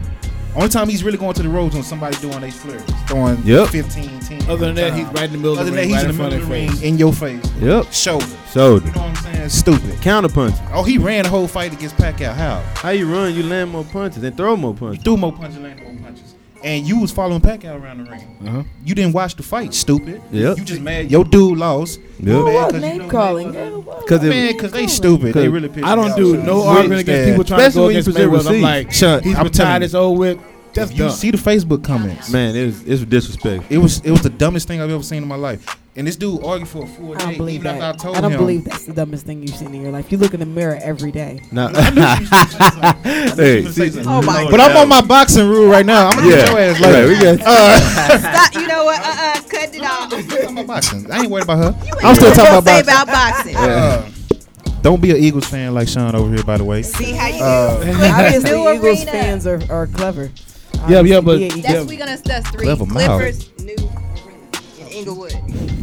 Speaker 2: Only time he's really going to the roads when somebody doing they flurries, throwing
Speaker 5: Yep.
Speaker 2: 15, 10.
Speaker 7: Other than that,
Speaker 2: time.
Speaker 7: he's right in the middle of
Speaker 2: Other than
Speaker 7: the
Speaker 2: that,
Speaker 7: ring.
Speaker 2: he's
Speaker 7: right
Speaker 2: in the
Speaker 7: front
Speaker 2: middle of the
Speaker 7: their
Speaker 2: ring
Speaker 7: face.
Speaker 2: in your face,
Speaker 5: Yep.
Speaker 2: shoulder.
Speaker 5: Shoulder.
Speaker 2: You know what I'm saying? Stupid.
Speaker 5: Counter punch.
Speaker 2: Oh, he ran the whole fight against Pacquiao. How?
Speaker 5: How you run? You land more punches and throw more
Speaker 2: You
Speaker 5: punches.
Speaker 2: threw more punches, landed more punches. And you was following Pacquiao around the ring.
Speaker 7: Uh-huh.
Speaker 2: You didn't watch the fight, stupid.
Speaker 5: Yep.
Speaker 2: You just mad. Your dude lost.
Speaker 5: Yep.
Speaker 2: You
Speaker 4: Who
Speaker 2: mad
Speaker 4: was
Speaker 2: 'cause you
Speaker 4: name
Speaker 2: know
Speaker 4: calling?
Speaker 2: Mayweather-
Speaker 4: Girl, what?
Speaker 5: Because
Speaker 2: Man,
Speaker 5: if
Speaker 2: because they stupid. They really pissed
Speaker 7: I
Speaker 2: me
Speaker 7: don't
Speaker 2: off,
Speaker 7: do
Speaker 2: son.
Speaker 7: no
Speaker 2: Wait,
Speaker 7: argument against
Speaker 2: Stan.
Speaker 7: people trying
Speaker 5: Especially when
Speaker 7: to
Speaker 5: you
Speaker 7: go against
Speaker 5: present
Speaker 7: Mayweather. I'm
Speaker 5: receipts.
Speaker 7: like,
Speaker 2: Shut-
Speaker 7: he's
Speaker 2: I'm
Speaker 7: been tired
Speaker 2: telling
Speaker 7: his old whip. That's
Speaker 2: If you
Speaker 7: dumb.
Speaker 2: see the Facebook comments.
Speaker 5: Man, it was, it's disrespect.
Speaker 2: It was it was the dumbest thing I've ever seen in my life. And this dude argued for a full
Speaker 4: I don't
Speaker 2: day,
Speaker 4: believe
Speaker 2: even after I
Speaker 4: that.
Speaker 2: told
Speaker 4: I don't
Speaker 2: him.
Speaker 4: believe that's the dumbest thing you've seen in your life. You look in the mirror every day.
Speaker 5: Nah.
Speaker 2: Hey,
Speaker 5: hey, see,
Speaker 2: see-
Speaker 1: Oh my
Speaker 2: But I'm on my boxing rule right now. I'm gonna
Speaker 5: yeah,
Speaker 2: get your ass
Speaker 5: right,
Speaker 2: later.
Speaker 5: we got
Speaker 1: Stop. You know what? Uh uh Cut it off. You
Speaker 2: I'm talking about boxing. I ain't worried about her.
Speaker 1: ain't
Speaker 2: I'm still
Speaker 1: even
Speaker 2: talking
Speaker 1: gonna say
Speaker 2: about boxing.
Speaker 1: about boxing.
Speaker 2: Uh, don't be an Eagles fan like Sean over here, by the way.
Speaker 1: See how you do. Clip
Speaker 4: Obviously,
Speaker 1: new
Speaker 4: Eagles
Speaker 1: arena.
Speaker 4: fans are, are clever.
Speaker 7: Yeah, yeah,
Speaker 4: Obviously, E
Speaker 7: but-
Speaker 4: being
Speaker 1: That's
Speaker 7: Yeah.
Speaker 1: we gonna that's three.
Speaker 2: Clever mouth.
Speaker 1: Clippers new arena in Inglewood.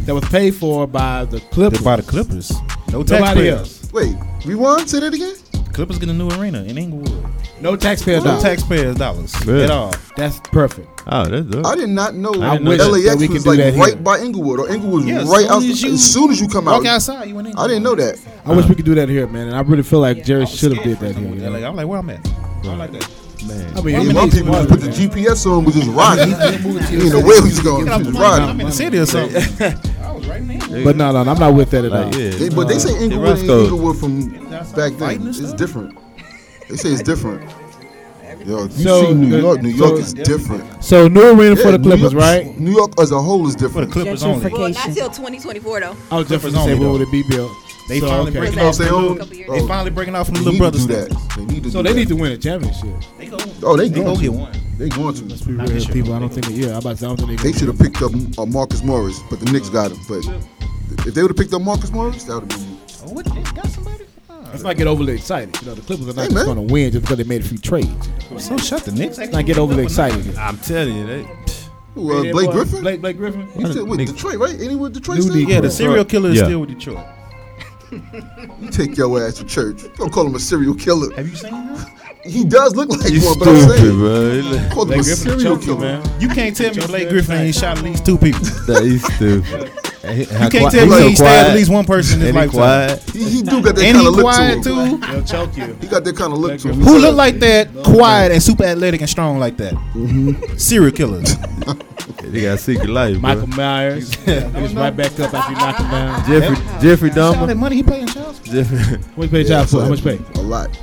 Speaker 7: That was paid for by the
Speaker 2: They're
Speaker 7: Clippers.
Speaker 2: by the Clippers. No
Speaker 7: Nobody
Speaker 2: taxpayers.
Speaker 7: else.
Speaker 3: Wait, rewind. Say that again.
Speaker 2: Clippers get a new arena in Inglewood.
Speaker 7: No taxpayer
Speaker 2: No
Speaker 7: dollars.
Speaker 2: taxpayers' dollars
Speaker 5: Really?
Speaker 2: at all.
Speaker 7: That's perfect.
Speaker 5: Oh, that's
Speaker 3: I
Speaker 5: dope.
Speaker 3: did not know
Speaker 5: I didn't know that-
Speaker 3: LAX
Speaker 7: that we could
Speaker 3: was
Speaker 7: do
Speaker 3: like
Speaker 7: that
Speaker 3: right
Speaker 7: here.
Speaker 3: by Inglewood, or Inglewood was
Speaker 2: Yeah, as
Speaker 3: right
Speaker 2: soon
Speaker 3: out.
Speaker 2: as you
Speaker 3: as soon as you come out,
Speaker 2: Walk outside, you in Inglewood.
Speaker 3: I didn't know that.
Speaker 7: I wish we could do that here, man. And I really feel like Jerry
Speaker 2: I was
Speaker 7: should have
Speaker 2: scared
Speaker 7: did that
Speaker 2: for
Speaker 7: here.
Speaker 2: some
Speaker 7: you
Speaker 2: reason.
Speaker 7: know?
Speaker 2: Like, I'm like, where I'm at? I like that.
Speaker 7: I mean,
Speaker 3: Yeah,
Speaker 7: it's
Speaker 3: my
Speaker 7: amazing
Speaker 3: people
Speaker 7: what-
Speaker 3: just put the GPS on, we just riding. you know where we was going, we just
Speaker 2: I'm in
Speaker 3: riding.
Speaker 2: the city or something. I was right in the Inglewood.
Speaker 7: But no, no, no, I'm not with that at all.
Speaker 5: Like, yeah.
Speaker 3: They, but they say Inglewood ain't
Speaker 5: Roscoe.
Speaker 3: Inglewood from back
Speaker 2: Fighting
Speaker 3: then.
Speaker 2: and
Speaker 3: It's
Speaker 2: stuff?
Speaker 3: different. They say it's different. Yo, you
Speaker 7: So
Speaker 3: see New
Speaker 7: the-
Speaker 3: York. New
Speaker 7: so-
Speaker 3: York is different.
Speaker 7: So new arena for
Speaker 3: Yeah,
Speaker 7: the
Speaker 3: New
Speaker 7: Clippers,
Speaker 3: York-
Speaker 7: right?
Speaker 3: New York as a whole is
Speaker 2: For
Speaker 3: different.
Speaker 2: the Clippers only.
Speaker 4: Gentrification.
Speaker 2: You
Speaker 1: Well, not till 2024 though.
Speaker 7: I was just
Speaker 2: Clippers
Speaker 7: going to say,
Speaker 2: only,
Speaker 7: what
Speaker 2: though.
Speaker 7: would it be, Bill?
Speaker 2: They
Speaker 7: so,
Speaker 2: finally
Speaker 7: okay.
Speaker 2: breaking
Speaker 1: What
Speaker 2: off
Speaker 1: was
Speaker 2: the
Speaker 1: that?
Speaker 2: little,
Speaker 1: Couple years
Speaker 2: they
Speaker 1: ago.
Speaker 2: finally breaking off from the
Speaker 3: Oh, They
Speaker 2: little
Speaker 3: need to
Speaker 2: brothers.
Speaker 3: do that. They need to.
Speaker 7: So
Speaker 3: do
Speaker 7: they
Speaker 3: that.
Speaker 7: need to win a championship.
Speaker 2: They go,
Speaker 3: Oh,
Speaker 2: they
Speaker 3: they
Speaker 2: go
Speaker 3: going
Speaker 2: get
Speaker 3: to.
Speaker 2: one.
Speaker 3: They going to.
Speaker 7: Let's be real here,
Speaker 2: sure.
Speaker 7: people. I don't think that. Yeah, I'm about to. say, I don't think
Speaker 3: They
Speaker 7: they.
Speaker 3: should have picked up uh, Marcus Morris, but the Knicks got him. But if they would have picked up Marcus Morris, that would have been.
Speaker 2: Oh, what? They got somebody? Oh,
Speaker 7: Let's not get overly excited. You know, the Clippers are not
Speaker 3: Hey,
Speaker 7: just
Speaker 3: man.
Speaker 7: going to win just because they made a few trades.
Speaker 2: so shut the Knicks.
Speaker 7: Let's not get overly excited. here.
Speaker 5: I'm telling you, they.
Speaker 3: Who, uh, Blake Griffin?
Speaker 7: Blake, Blake Griffin.
Speaker 3: He said, wait, Detroit, right? Anywhere Detroit
Speaker 7: New
Speaker 3: still?
Speaker 7: Negro.
Speaker 2: Yeah, the serial killer is
Speaker 5: Yeah.
Speaker 2: still with Detroit.
Speaker 3: You take your ass to church. Don't call him a serial killer.
Speaker 2: Have you seen him?
Speaker 3: He does look like
Speaker 5: You
Speaker 3: one, but I'm
Speaker 5: stupid,
Speaker 3: saying.
Speaker 5: bro. You look-
Speaker 3: Call him a
Speaker 7: Blake Griffin,
Speaker 3: serial
Speaker 7: Chelsea,
Speaker 3: killer.
Speaker 7: man.
Speaker 2: You can't tell me Blake
Speaker 7: good
Speaker 2: Griffin
Speaker 7: night.
Speaker 2: ain't shot at least two people.
Speaker 5: That he's stupid. And he- how
Speaker 2: You can't
Speaker 5: quiet-
Speaker 2: tell
Speaker 5: he's
Speaker 2: me
Speaker 5: so
Speaker 2: he stabbed at
Speaker 5: quiet.
Speaker 2: least one person in his
Speaker 5: And he
Speaker 2: lifetime.
Speaker 5: quiet.
Speaker 3: He, he do got that
Speaker 2: And
Speaker 3: kind
Speaker 2: he
Speaker 3: of look to him.
Speaker 2: quiet too.
Speaker 7: They'll choke you.
Speaker 3: He got that kind of look
Speaker 7: Blake
Speaker 3: to him.
Speaker 7: Griffin.
Speaker 2: Who look like that? Quiet and super athletic and strong like that. Serial killers.
Speaker 5: They got secret life,
Speaker 7: Michael
Speaker 5: bro.
Speaker 7: Myers. He's right back up after you knock him down.
Speaker 5: Jeffrey, Jeffrey
Speaker 2: All
Speaker 5: Dahmer.
Speaker 2: that money he paying child support.
Speaker 5: Jeffrey.
Speaker 7: How much pay
Speaker 3: Yeah,
Speaker 7: child support?
Speaker 3: so
Speaker 7: How much pay?
Speaker 3: A lot.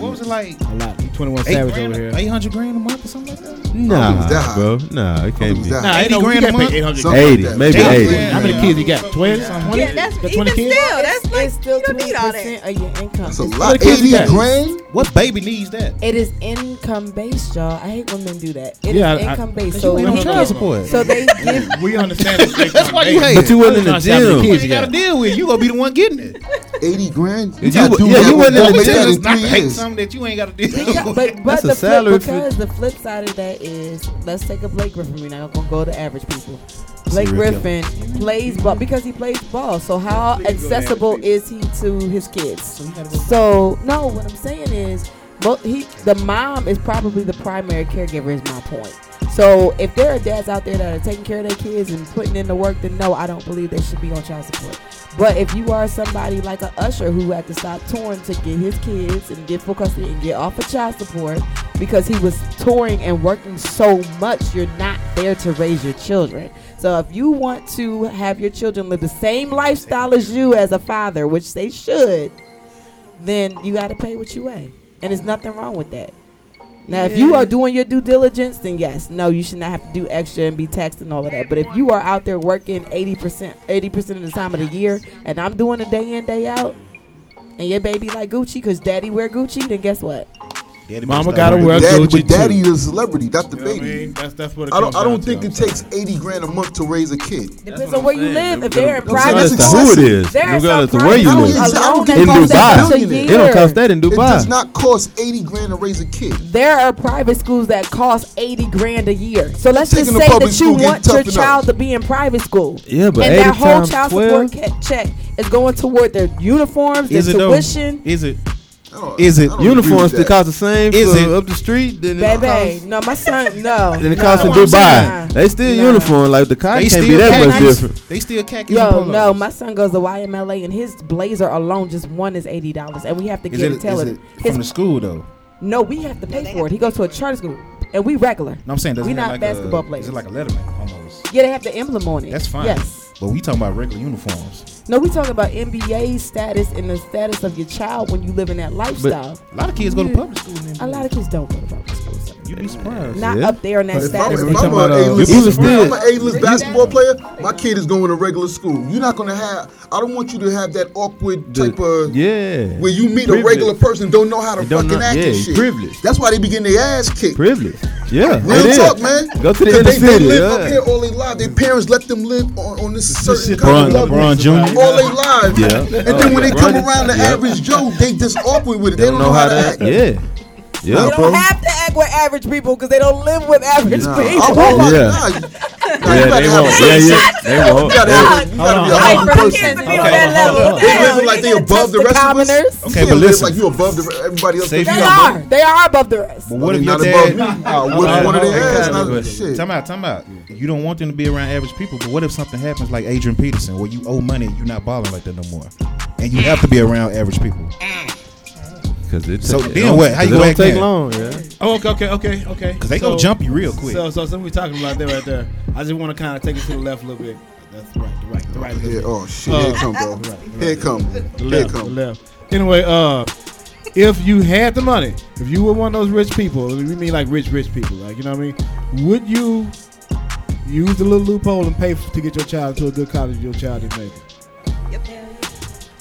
Speaker 2: What was it like?
Speaker 7: A lot. He 21
Speaker 2: Eight
Speaker 7: Savage
Speaker 2: grand,
Speaker 7: over here.
Speaker 2: eight hundred grand a month or something like that.
Speaker 3: was
Speaker 5: Nah,
Speaker 3: that
Speaker 5: bro. Nah, it
Speaker 3: It
Speaker 5: can't
Speaker 3: was
Speaker 5: be.
Speaker 3: that
Speaker 7: Nah,
Speaker 3: high.
Speaker 7: ain't
Speaker 2: 80
Speaker 7: no, you
Speaker 2: grand a
Speaker 7: can't pay
Speaker 2: month?
Speaker 7: 800
Speaker 3: Something like
Speaker 5: 80,
Speaker 3: that.
Speaker 5: maybe
Speaker 2: Eight
Speaker 5: 80.
Speaker 2: grand.
Speaker 7: How many kids you got? 20?
Speaker 1: Yeah, that's
Speaker 7: Got
Speaker 1: even
Speaker 7: 20 kids?
Speaker 1: still. That's like
Speaker 4: it's still
Speaker 1: you don't need all that.
Speaker 4: 20% of your income.
Speaker 3: That's a
Speaker 4: It's
Speaker 3: lot.
Speaker 7: the kids
Speaker 3: Eighty
Speaker 7: got.
Speaker 3: grand.
Speaker 2: What baby needs that?
Speaker 4: It is income based, y'all. I hate when men do that. It is
Speaker 7: Yeah, I-
Speaker 4: income based.
Speaker 2: You
Speaker 4: So
Speaker 2: ain't
Speaker 4: when
Speaker 2: on
Speaker 4: they
Speaker 2: child
Speaker 4: give,
Speaker 2: support.
Speaker 4: so they give.
Speaker 7: We understand this.
Speaker 2: That's why you hate.
Speaker 5: But you wasn't in the
Speaker 7: Trying to have
Speaker 5: gym.
Speaker 7: the kids.
Speaker 2: you gotta deal with. it. You gonna be the one getting it.
Speaker 3: Eighty grand.
Speaker 5: If
Speaker 3: gotta
Speaker 5: you-
Speaker 3: do
Speaker 5: yeah,
Speaker 3: that
Speaker 5: you
Speaker 3: with
Speaker 5: wasn't in
Speaker 3: one
Speaker 5: the
Speaker 3: man
Speaker 5: gym,
Speaker 3: in
Speaker 5: it's
Speaker 2: Not
Speaker 3: three
Speaker 2: to hate
Speaker 3: years.
Speaker 2: something that you ain't gotta deal
Speaker 4: Because,
Speaker 2: with.
Speaker 4: but
Speaker 5: That's
Speaker 4: but
Speaker 5: a
Speaker 4: the
Speaker 5: salary
Speaker 4: flip,
Speaker 5: for-
Speaker 4: because the flip side of that is let's take a Blake Griffin. We're not gonna go to average people. Blake
Speaker 2: Serial
Speaker 4: Griffin plays ball because he plays ball. So how accessible is he to his kids? So no, what I'm saying is, but he the mom is probably the primary caregiver. Is my point. So if there are dads out there that are taking care of their kids and putting in the work, then no, I don't believe they should be on child support. But if you are somebody like a usher who had to stop touring to get his kids and get full custody and get off of child support because he was touring and working so much, you're not there to raise your children. So if you want to have your children live the same lifestyle as you as a father, which they should, then you got to pay what you weigh. And there's nothing wrong with that. Now, if you are doing your due diligence, then yes, no, you should not have to do extra and be taxed and all of that. But if you are out there working 80%, 80% of the time of the year, and I'm doing it day in, day out, and your baby like Gucci because daddy wear Gucci, then guess what?
Speaker 7: Mama gotta work.
Speaker 3: Daddy,
Speaker 7: Gucci
Speaker 3: but daddy
Speaker 7: too.
Speaker 3: is a celebrity, not the
Speaker 7: You know what I
Speaker 3: baby.
Speaker 7: mean? That's that's what it
Speaker 3: I don't.
Speaker 7: comes
Speaker 3: I
Speaker 7: down
Speaker 3: don't
Speaker 7: to.
Speaker 3: think it takes eighty grand a month to raise a kid.
Speaker 4: Depends on where you live. If they're
Speaker 3: I'm
Speaker 4: in
Speaker 3: saying
Speaker 5: Regardless
Speaker 4: private,
Speaker 3: that's
Speaker 5: to
Speaker 3: expensive.
Speaker 5: who it is,
Speaker 4: There are
Speaker 5: regardless to
Speaker 4: some
Speaker 5: where you
Speaker 4: private
Speaker 3: I
Speaker 5: live,
Speaker 3: don't
Speaker 4: Alone,
Speaker 3: think
Speaker 4: they
Speaker 5: in Dubai,
Speaker 4: cost that much a
Speaker 3: It
Speaker 5: it don't cost that in
Speaker 3: It does
Speaker 5: Dubai.
Speaker 3: not cost eighty grand to raise a kid.
Speaker 4: There are private schools that cost eighty grand a year. So let's
Speaker 3: Taking
Speaker 4: just
Speaker 3: the
Speaker 4: say
Speaker 3: public
Speaker 4: that you
Speaker 3: school getting
Speaker 4: want your
Speaker 3: tough enough.
Speaker 4: child to be in private school.
Speaker 5: Yeah, but
Speaker 4: and
Speaker 5: 80
Speaker 4: that whole
Speaker 5: times
Speaker 4: child
Speaker 5: 12?
Speaker 4: support ca- check is going toward their uniforms, their
Speaker 2: Is it though?
Speaker 4: tuition.
Speaker 2: Is it?
Speaker 3: I don't-
Speaker 2: Is it
Speaker 3: I don't agree
Speaker 5: Uniforms
Speaker 3: with
Speaker 5: that cost the same
Speaker 2: Is
Speaker 5: for
Speaker 2: it-
Speaker 5: up the street than it
Speaker 4: Baby,
Speaker 5: costs
Speaker 4: no, my son, no.
Speaker 5: than it
Speaker 4: no,
Speaker 5: costs in
Speaker 4: no, I'm
Speaker 5: Dubai.
Speaker 4: saying,
Speaker 5: They still
Speaker 4: nah.
Speaker 5: uniform like the cotton
Speaker 2: They
Speaker 5: can't be
Speaker 2: still
Speaker 5: that much
Speaker 2: khakis.
Speaker 5: different.
Speaker 2: They still khakis. and
Speaker 4: Yo,
Speaker 2: polos.
Speaker 4: no, my son goes to YMLA and his blazer alone, just one is eighty dollars, and we have to
Speaker 2: Is
Speaker 4: get
Speaker 2: it,
Speaker 4: a tell
Speaker 2: is
Speaker 4: it.
Speaker 2: it
Speaker 4: His
Speaker 2: from the school though?
Speaker 4: No, we have to pay for it. He goes to a charter school, and we regular.
Speaker 2: No, I'm saying doesn't
Speaker 4: we
Speaker 2: it have
Speaker 4: not
Speaker 2: like
Speaker 4: basketball
Speaker 2: a,
Speaker 4: players.
Speaker 2: Is it like a letterman almost?
Speaker 4: yeah, they have the emblem on it.
Speaker 2: That's fine.
Speaker 4: Yes.
Speaker 2: But we talking about regular uniforms.
Speaker 4: No, we talking about NBA status and the status of your child when you live in that lifestyle.
Speaker 2: A lot of kids go to public school. And
Speaker 4: a lot of kids don't go to public school. sir.
Speaker 5: You'd be surprised.
Speaker 4: Not
Speaker 5: yeah.
Speaker 4: up there in that
Speaker 5: If
Speaker 3: If I'm,
Speaker 4: status.
Speaker 3: if
Speaker 5: we
Speaker 3: I'm
Speaker 5: talking
Speaker 3: an
Speaker 5: about, uh,
Speaker 3: A-list,
Speaker 5: if he was
Speaker 3: if I'm
Speaker 5: dead-
Speaker 3: an A-list basketball player, my kid is going to regular school. You're not going to have. I don't want you to have that awkward type of.
Speaker 5: Yeah.
Speaker 3: Where you meet
Speaker 5: Privilege.
Speaker 3: a regular person, don't know how to
Speaker 5: They don't
Speaker 3: fucking
Speaker 5: know-
Speaker 3: act
Speaker 5: yeah,
Speaker 3: and
Speaker 5: you
Speaker 3: shit.
Speaker 5: privileged.
Speaker 3: That's why they begin their ass kicked.
Speaker 5: privilege. Yeah.
Speaker 3: Real
Speaker 5: it is.
Speaker 3: talk, man.
Speaker 5: Go to the
Speaker 3: 'Cause
Speaker 5: inner
Speaker 3: they, they
Speaker 5: city.
Speaker 3: live up here
Speaker 5: Yeah.
Speaker 3: all their lives. Their parents let them live on, on this certain
Speaker 7: shit
Speaker 3: kind of
Speaker 2: LeBron,
Speaker 3: level
Speaker 2: LeBron Jr.
Speaker 3: all their lives.
Speaker 5: Yeah.
Speaker 3: And then when they
Speaker 5: Yeah.
Speaker 3: come around the
Speaker 5: Yeah.
Speaker 3: average Joe, they just awkward with it. They,
Speaker 5: Don't know how to act. Yeah.
Speaker 4: You
Speaker 5: Yeah.
Speaker 4: don't have to act with average people because they don't live with average
Speaker 3: Nah,
Speaker 4: people.
Speaker 3: I- oh my
Speaker 5: Yeah.
Speaker 3: God. Nah, you
Speaker 5: Yeah,
Speaker 3: gotta
Speaker 5: they
Speaker 3: have
Speaker 5: won't.
Speaker 3: a-
Speaker 5: Yeah, yeah. They won't.
Speaker 3: You gotta have a- you gotta be a humble
Speaker 4: Like, bro,
Speaker 3: person.
Speaker 4: kids to be
Speaker 7: Okay,
Speaker 4: on that
Speaker 7: hold on,
Speaker 4: level.
Speaker 7: hold on.
Speaker 3: They
Speaker 4: Damn,
Speaker 3: living like
Speaker 4: you
Speaker 3: they
Speaker 4: gotta
Speaker 3: above
Speaker 4: touch
Speaker 3: the rest of us.
Speaker 4: commoners.
Speaker 2: Okay,
Speaker 3: You
Speaker 2: but
Speaker 3: can't live
Speaker 2: listen.
Speaker 3: Like you above the, everybody else.
Speaker 2: Say
Speaker 4: They
Speaker 2: you
Speaker 4: are. They are above the rest.
Speaker 2: But what if your
Speaker 3: not
Speaker 2: dad?
Speaker 3: above me. I whip one of their
Speaker 5: okay,
Speaker 3: ass.
Speaker 5: okay,
Speaker 3: and I-
Speaker 5: okay.
Speaker 3: Shit.
Speaker 2: Time out, time out. You don't want them to be around average people, but what if something happens like Adrian Peterson, where you owe money, and you're not balling like that no more, and you have to be around average people?
Speaker 5: Cause it
Speaker 2: So
Speaker 5: it
Speaker 2: then
Speaker 5: don't-
Speaker 2: what? How you
Speaker 5: it
Speaker 2: gonna
Speaker 5: don't
Speaker 2: act
Speaker 5: take
Speaker 2: then?
Speaker 5: long? Yeah.
Speaker 7: Oh, okay, okay, okay, okay.
Speaker 2: Because they gonna jump you real quick.
Speaker 7: So, so something we talking about there, right there. I just want to kind of take it to the left a little bit. That's the right, the right, the right. a little
Speaker 3: Yeah,
Speaker 7: bit.
Speaker 3: oh shit, here it come, bro. Here it come. Here it
Speaker 7: left,
Speaker 3: come.
Speaker 7: left. Anyway, uh, if you had the money, if you were one of those rich people, we mean like rich, rich people, like you know what I mean. Would you use the little loophole and pay f to get your child to a good college? Your child didn't make it.
Speaker 1: Yep. Yeah.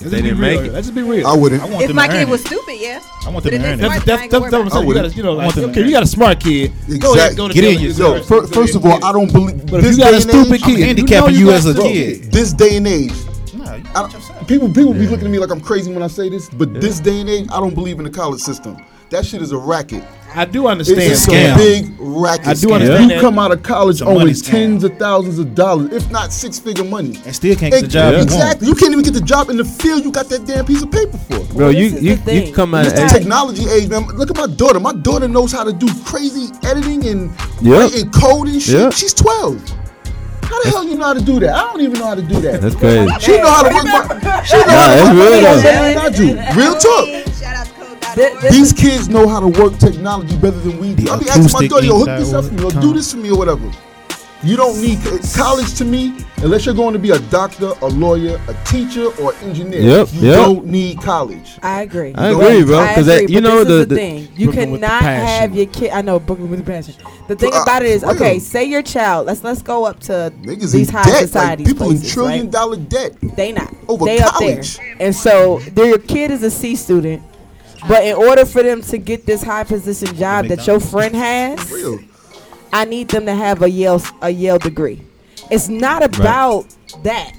Speaker 7: Let's
Speaker 5: they
Speaker 7: just be
Speaker 5: didn't
Speaker 7: real.
Speaker 5: make it.
Speaker 7: Let's just be real.
Speaker 3: I wouldn't.
Speaker 2: I want
Speaker 1: If
Speaker 2: them
Speaker 1: my
Speaker 2: to
Speaker 1: kid
Speaker 2: earn
Speaker 1: was
Speaker 2: it.
Speaker 1: stupid, yeah.
Speaker 2: I want
Speaker 1: But
Speaker 2: them
Speaker 1: if
Speaker 2: to earn
Speaker 1: it's smart,
Speaker 2: it.
Speaker 7: That's,
Speaker 1: I
Speaker 7: that's,
Speaker 1: ain't gonna worry
Speaker 7: that's,
Speaker 1: about
Speaker 7: that's what I'm saying.
Speaker 1: it.
Speaker 7: You got, you know, like,
Speaker 2: want them
Speaker 7: okay,
Speaker 2: to
Speaker 7: you got a smart kid. Go ahead,
Speaker 3: Exact-
Speaker 7: go to
Speaker 2: get in
Speaker 7: Taylor
Speaker 2: yourself.
Speaker 3: Yo,
Speaker 7: Swift. Go
Speaker 3: fir-
Speaker 7: ahead,
Speaker 3: first of all,
Speaker 7: get
Speaker 3: I
Speaker 7: it.
Speaker 3: don't believe.
Speaker 7: But if
Speaker 3: this
Speaker 7: you got
Speaker 3: day
Speaker 7: a
Speaker 3: and
Speaker 7: stupid
Speaker 3: age-
Speaker 7: kid,
Speaker 2: I'm handicapping
Speaker 7: know
Speaker 2: you,
Speaker 7: you
Speaker 2: as a
Speaker 7: got-
Speaker 2: kid.
Speaker 3: This day and age,
Speaker 2: Nah, you do it
Speaker 3: I
Speaker 2: yourself.
Speaker 3: don't, people people be looking at me like I'm crazy when I say this, but this day and age, I don't believe in the college system. That shit is a racket.
Speaker 7: I do understand.
Speaker 3: It's a
Speaker 2: Scam.
Speaker 3: big racket.
Speaker 7: I do
Speaker 3: Scam.
Speaker 7: understand
Speaker 3: You
Speaker 7: that.
Speaker 3: come out of college
Speaker 2: It's a money
Speaker 3: owing
Speaker 2: scam.
Speaker 3: tens of thousands of dollars, if not six figure money.
Speaker 2: and still can't get the job you want.
Speaker 3: exactly. You can't even get the job in the field you got that damn piece of paper for.
Speaker 5: Bro,
Speaker 4: this
Speaker 5: you
Speaker 4: is the
Speaker 5: you
Speaker 4: thing.
Speaker 5: you come out
Speaker 3: It's
Speaker 5: of
Speaker 3: the
Speaker 5: eight.
Speaker 3: technology age, man. Look at my daughter. My daughter knows how to do crazy editing and
Speaker 5: Yeah.
Speaker 3: writing code and shit.
Speaker 5: Yeah.
Speaker 3: She's 12. How the hell you know how to do that? I don't even know how to do that.
Speaker 5: That's crazy.
Speaker 3: she know how to work my. She know
Speaker 5: Nah,
Speaker 3: how
Speaker 5: that's
Speaker 3: to work
Speaker 5: real
Speaker 3: my
Speaker 5: though.
Speaker 3: better than I do. Real talk.
Speaker 1: Shout out to Code.
Speaker 4: Th- this
Speaker 3: These kids know how to work technology better than we do. I be asking my
Speaker 2: acoustic
Speaker 3: daughter, yo, hook
Speaker 2: ink
Speaker 3: this
Speaker 2: that
Speaker 3: up for me, or
Speaker 2: old
Speaker 3: do this for me, or whatever. You don't need uh, college to me unless you're going to be a doctor, a lawyer, a teacher, or engineer.
Speaker 5: Yep,
Speaker 3: you
Speaker 5: yep.
Speaker 3: don't need college.
Speaker 4: I agree.
Speaker 5: I agree, bro.
Speaker 4: I
Speaker 5: Because
Speaker 4: agree,
Speaker 5: you
Speaker 4: but
Speaker 5: know
Speaker 4: this
Speaker 5: the,
Speaker 4: is the,
Speaker 5: the
Speaker 4: thing. You
Speaker 7: Brooklyn with the
Speaker 4: cannot
Speaker 7: passion.
Speaker 4: have your kid. I know Brooklyn with the passion. The thing
Speaker 3: Uh,
Speaker 4: about it is,
Speaker 3: real.
Speaker 4: okay, say your child. Let's let's go up to
Speaker 3: Niggas
Speaker 4: these
Speaker 3: in
Speaker 4: high
Speaker 3: debt,
Speaker 4: society
Speaker 3: like people in
Speaker 4: places,
Speaker 3: trillion
Speaker 4: right?
Speaker 3: dollar debt.
Speaker 4: They not.
Speaker 3: Over
Speaker 4: they
Speaker 3: college.
Speaker 4: up there. And so their kid is a C student. But in order for them to get this high position job that your friend has,
Speaker 3: Real.
Speaker 4: I need them to have a Yale a Yale degree. It's not about that.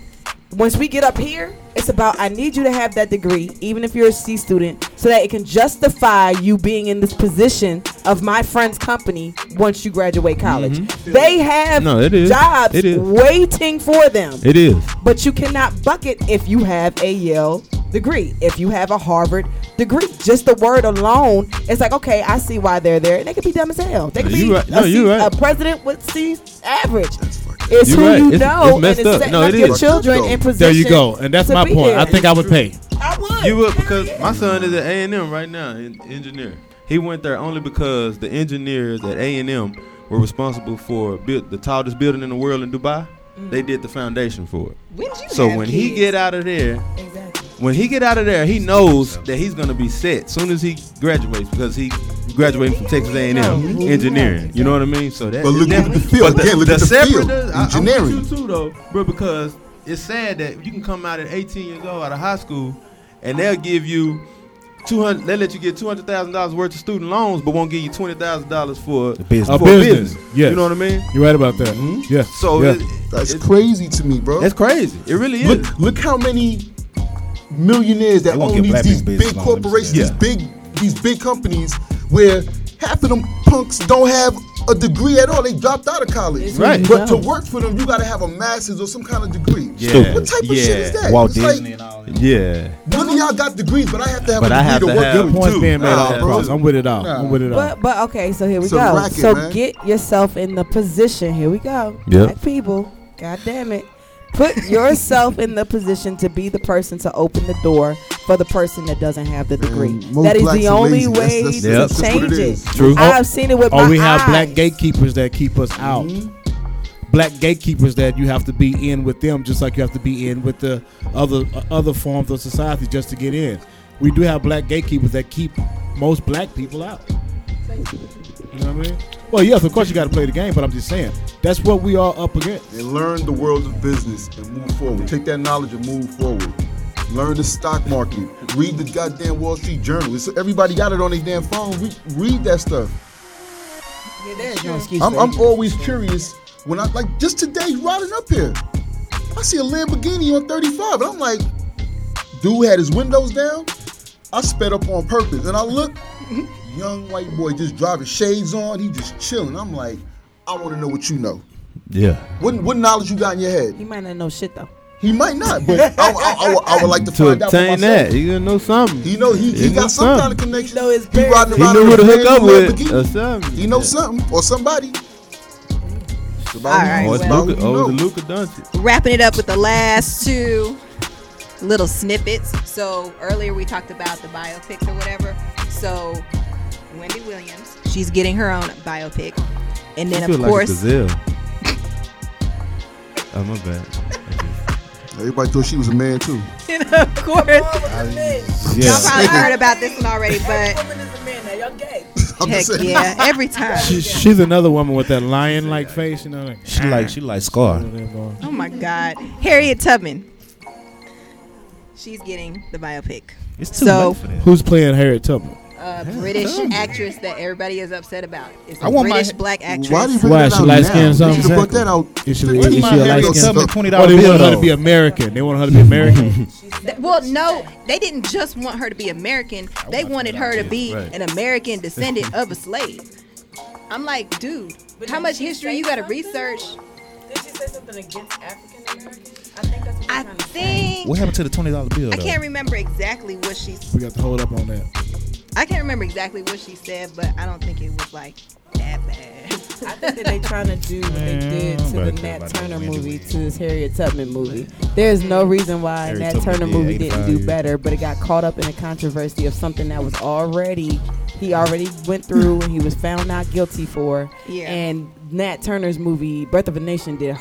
Speaker 4: Once we get up here, it's about I need you to have that degree, even if you're a C student, so that it can justify you being in this position of my friend's company once you graduate college. They have
Speaker 5: Mm-hmm. No, it is.
Speaker 4: jobs
Speaker 5: It is.
Speaker 4: waiting for them.
Speaker 5: it is.
Speaker 4: But you cannot bucket if you have a Yale degree, if you have a Harvard degree. Just the word alone, it's like, okay, I see why they're there. And they could be dumb as hell. They could
Speaker 5: You
Speaker 4: be
Speaker 5: right.
Speaker 4: a
Speaker 5: No, you
Speaker 4: C-
Speaker 5: right.
Speaker 4: a president with C average. It's
Speaker 5: You
Speaker 4: who
Speaker 5: right. It's-
Speaker 4: you
Speaker 5: it's
Speaker 4: know,
Speaker 5: messed
Speaker 4: and it's
Speaker 5: up.
Speaker 4: setting
Speaker 5: No,
Speaker 4: up
Speaker 5: it
Speaker 4: your
Speaker 5: is.
Speaker 4: children in position.
Speaker 7: There you go, and that's
Speaker 4: to
Speaker 7: my
Speaker 4: be
Speaker 7: point.
Speaker 4: there.
Speaker 7: I think I would pay.
Speaker 4: I would.
Speaker 5: You would because
Speaker 4: period.
Speaker 5: my son is at A and M right now, in engineer. He went there only because the engineers at A and M were responsible for build, the tallest building in the world in Dubai. They
Speaker 4: Mm.
Speaker 5: did the foundation for it.
Speaker 1: When did you
Speaker 5: So
Speaker 1: have
Speaker 5: when he
Speaker 1: kids?
Speaker 5: get out of there,
Speaker 4: Exactly.
Speaker 5: when he get out of there, he knows that he's gonna be set soon as he graduates because he graduated from Texas A and M engineering. You know what I mean? So that
Speaker 3: But look
Speaker 5: that-
Speaker 3: at the field.
Speaker 5: but
Speaker 3: Again, look at the field.
Speaker 5: separate- I- I,
Speaker 3: Engineering.
Speaker 5: want you too though, bro, because it's sad that you can come out at 18 years old out of high school, and they'll give you 200. They let you get 200 thousand dollars worth of student loans, but won't give you 20 thousand dollars for
Speaker 2: business.
Speaker 5: For
Speaker 7: A business,
Speaker 5: business.
Speaker 7: yes.
Speaker 5: You know what I mean?
Speaker 7: You're right about that. Yeah.
Speaker 5: So
Speaker 7: yeah.
Speaker 5: it,
Speaker 3: That's
Speaker 5: it-
Speaker 3: crazy to me, bro.
Speaker 5: that's crazy. It really is.
Speaker 3: Look, look how many millionaires that
Speaker 2: They won't
Speaker 3: own
Speaker 2: give
Speaker 3: these,
Speaker 2: black
Speaker 3: these
Speaker 2: people
Speaker 3: big
Speaker 2: business loans, let me
Speaker 3: corporations,
Speaker 2: say
Speaker 3: these big these big companies, where half of them punks don't have a degree at all. They dropped out of college.
Speaker 4: It's
Speaker 5: Right.
Speaker 3: But to work for them, you got to have a master's or some kind of degree.
Speaker 5: Stupid.
Speaker 3: What type of
Speaker 5: Yeah.
Speaker 3: shit is that?
Speaker 2: Walt
Speaker 3: It's like,
Speaker 2: Disney and all that.
Speaker 5: yeah.
Speaker 3: none of y'all got degrees, but I have to have
Speaker 5: But
Speaker 3: a
Speaker 5: I
Speaker 3: degree
Speaker 5: have
Speaker 3: to,
Speaker 5: to
Speaker 3: work.
Speaker 5: have-
Speaker 3: Have,
Speaker 7: Good points
Speaker 5: too.
Speaker 7: being made.
Speaker 5: Nah,
Speaker 7: on that
Speaker 5: bro.
Speaker 7: process. I'm with it all. I'm with it all.
Speaker 4: But but okay, so here we
Speaker 3: It's a
Speaker 4: go.
Speaker 3: racket,
Speaker 4: so
Speaker 3: man.
Speaker 4: get yourself in the position. Here we go.
Speaker 5: Yep.
Speaker 4: Black people, god damn it. Put yourself in the position to be the person to open the door for the person that doesn't have the degree.
Speaker 3: most
Speaker 4: that is
Speaker 3: blacks
Speaker 4: the
Speaker 3: are lazy.
Speaker 4: only
Speaker 3: That's-
Speaker 4: way
Speaker 3: that's-
Speaker 4: to
Speaker 5: that's
Speaker 3: just what
Speaker 4: change
Speaker 3: it
Speaker 4: it.
Speaker 3: is.
Speaker 5: True. Oh,
Speaker 4: I've seen it with
Speaker 7: Or
Speaker 4: my
Speaker 7: Oh, we have
Speaker 4: eyes.
Speaker 7: black gatekeepers that keep us out. Black gatekeepers that you have to be in with them, just like you have to be in with the other uh, other forms of society just to get in. We do have black gatekeepers that keep most black people out. You know what I mean? Well, yes, of course you got to play the game, but I'm just saying that's what we are up against.
Speaker 3: and learn the world of business and move forward. Take that knowledge and move forward. Learn the stock market. Read the goddamn Wall Street Journal. It's, everybody got it on their damn phone. Re- read that stuff.
Speaker 4: Yeah, there's no excuse.
Speaker 3: I'm,
Speaker 4: for
Speaker 3: I'm
Speaker 4: ignorance.
Speaker 3: always curious when I like just today riding up here. I see a Lamborghini on 35, and I'm like, dude had his windows down. I sped up on purpose, and I look, young white boy just driving shades on. He just chilling. I'm like, I want to know what you know.
Speaker 5: Yeah.
Speaker 3: What what knowledge you got in your head?
Speaker 4: He might not know shit though.
Speaker 3: He might not, but I, I, I, would- I would like to
Speaker 5: To
Speaker 3: find out for
Speaker 5: obtain
Speaker 3: myself.
Speaker 5: that, you gonna know something.
Speaker 3: He know he, he
Speaker 5: He know
Speaker 3: got some kind of
Speaker 5: something.
Speaker 3: connection.
Speaker 4: He know his
Speaker 3: he
Speaker 4: parents.
Speaker 3: riding
Speaker 5: He
Speaker 3: around
Speaker 5: knew
Speaker 3: in
Speaker 5: who
Speaker 3: a
Speaker 5: to hook
Speaker 3: brand
Speaker 5: up
Speaker 3: new
Speaker 5: with.
Speaker 3: Lamborghini.
Speaker 5: Or something.
Speaker 3: He know
Speaker 5: Yeah.
Speaker 3: something or somebody. It's about
Speaker 1: All
Speaker 3: who-
Speaker 1: right,
Speaker 5: Or
Speaker 3: it's
Speaker 5: Oh, it's
Speaker 1: well-
Speaker 3: about
Speaker 5: Luka,
Speaker 3: who you know.
Speaker 5: or it's Luka Doncic.
Speaker 1: wrapping it up with the last two little snippets. So earlier we talked about the biopics or whatever. So Wendy Williams, she's getting her own biopic, and then
Speaker 5: You
Speaker 1: of
Speaker 5: feel like a
Speaker 1: course,
Speaker 5: gazelle. oh my bad.
Speaker 3: Everybody thought she was a man too.
Speaker 1: and of course, y'all
Speaker 5: Yeah.
Speaker 1: probably heard about this one already, but
Speaker 4: Woman is a man now. Y'all gay.
Speaker 3: I'm
Speaker 1: heck
Speaker 3: just saying.
Speaker 1: yeah, every time.
Speaker 7: she's another woman with that lion-like face, you know. Like,
Speaker 2: She like she like Scar.
Speaker 1: Oh my God, Harriet Tubman. She's getting the biopic.
Speaker 2: It's
Speaker 1: too So- late for
Speaker 2: for that.
Speaker 7: Who's playing Harriet Tubman?
Speaker 1: A British actress that everybody is upset about. It's a
Speaker 2: I want my-
Speaker 1: British black actress.
Speaker 3: Why do you bring
Speaker 7: Why,
Speaker 3: that
Speaker 7: she
Speaker 3: out
Speaker 7: light
Speaker 3: now?
Speaker 7: skin or something?
Speaker 3: You should put
Speaker 7: Exactly.
Speaker 3: that out.
Speaker 7: Is she,
Speaker 3: Where's
Speaker 7: is she
Speaker 3: my
Speaker 7: a
Speaker 3: Harriet
Speaker 7: light
Speaker 3: Tubman?
Speaker 7: skinned?
Speaker 2: twenty
Speaker 7: Oh,
Speaker 2: dollar
Speaker 7: they
Speaker 2: bill.
Speaker 7: wanted her to be American. They wanted her to be American.
Speaker 1: Th- Well, no, they didn't just want her to be American. They wanted her to be
Speaker 5: Right.
Speaker 1: an American descendant of a slave. I'm like, dude, how
Speaker 8: didn't
Speaker 1: much
Speaker 8: she
Speaker 1: history
Speaker 8: say
Speaker 1: you got to
Speaker 8: something?
Speaker 1: research?
Speaker 8: Did she say something against African Americans? I think that's what
Speaker 1: I
Speaker 8: I'm trying to say.
Speaker 1: think
Speaker 2: What happened to the twenty dollar bill?
Speaker 1: I
Speaker 2: though?
Speaker 1: can't remember exactly what she.
Speaker 7: We got to hold up on that.
Speaker 1: I can't remember exactly what she said, but I don't think it was like that bad.
Speaker 4: I think that they trying to do what they did to the
Speaker 2: about that,
Speaker 4: Nat
Speaker 2: about that
Speaker 4: Turner
Speaker 2: Wendy
Speaker 4: movie
Speaker 2: Williams.
Speaker 4: to this Harriet Tubman movie. There's no reason why
Speaker 2: Harriet
Speaker 4: Nat
Speaker 2: Tubman
Speaker 4: Turner
Speaker 2: did
Speaker 4: movie
Speaker 2: 85
Speaker 4: didn't do
Speaker 2: years.
Speaker 4: better, but it got caught up in a controversy of something that was already he already went through and he was found not guilty for.
Speaker 1: Yeah.
Speaker 4: And Nat Turner's movie Birth of a Nation did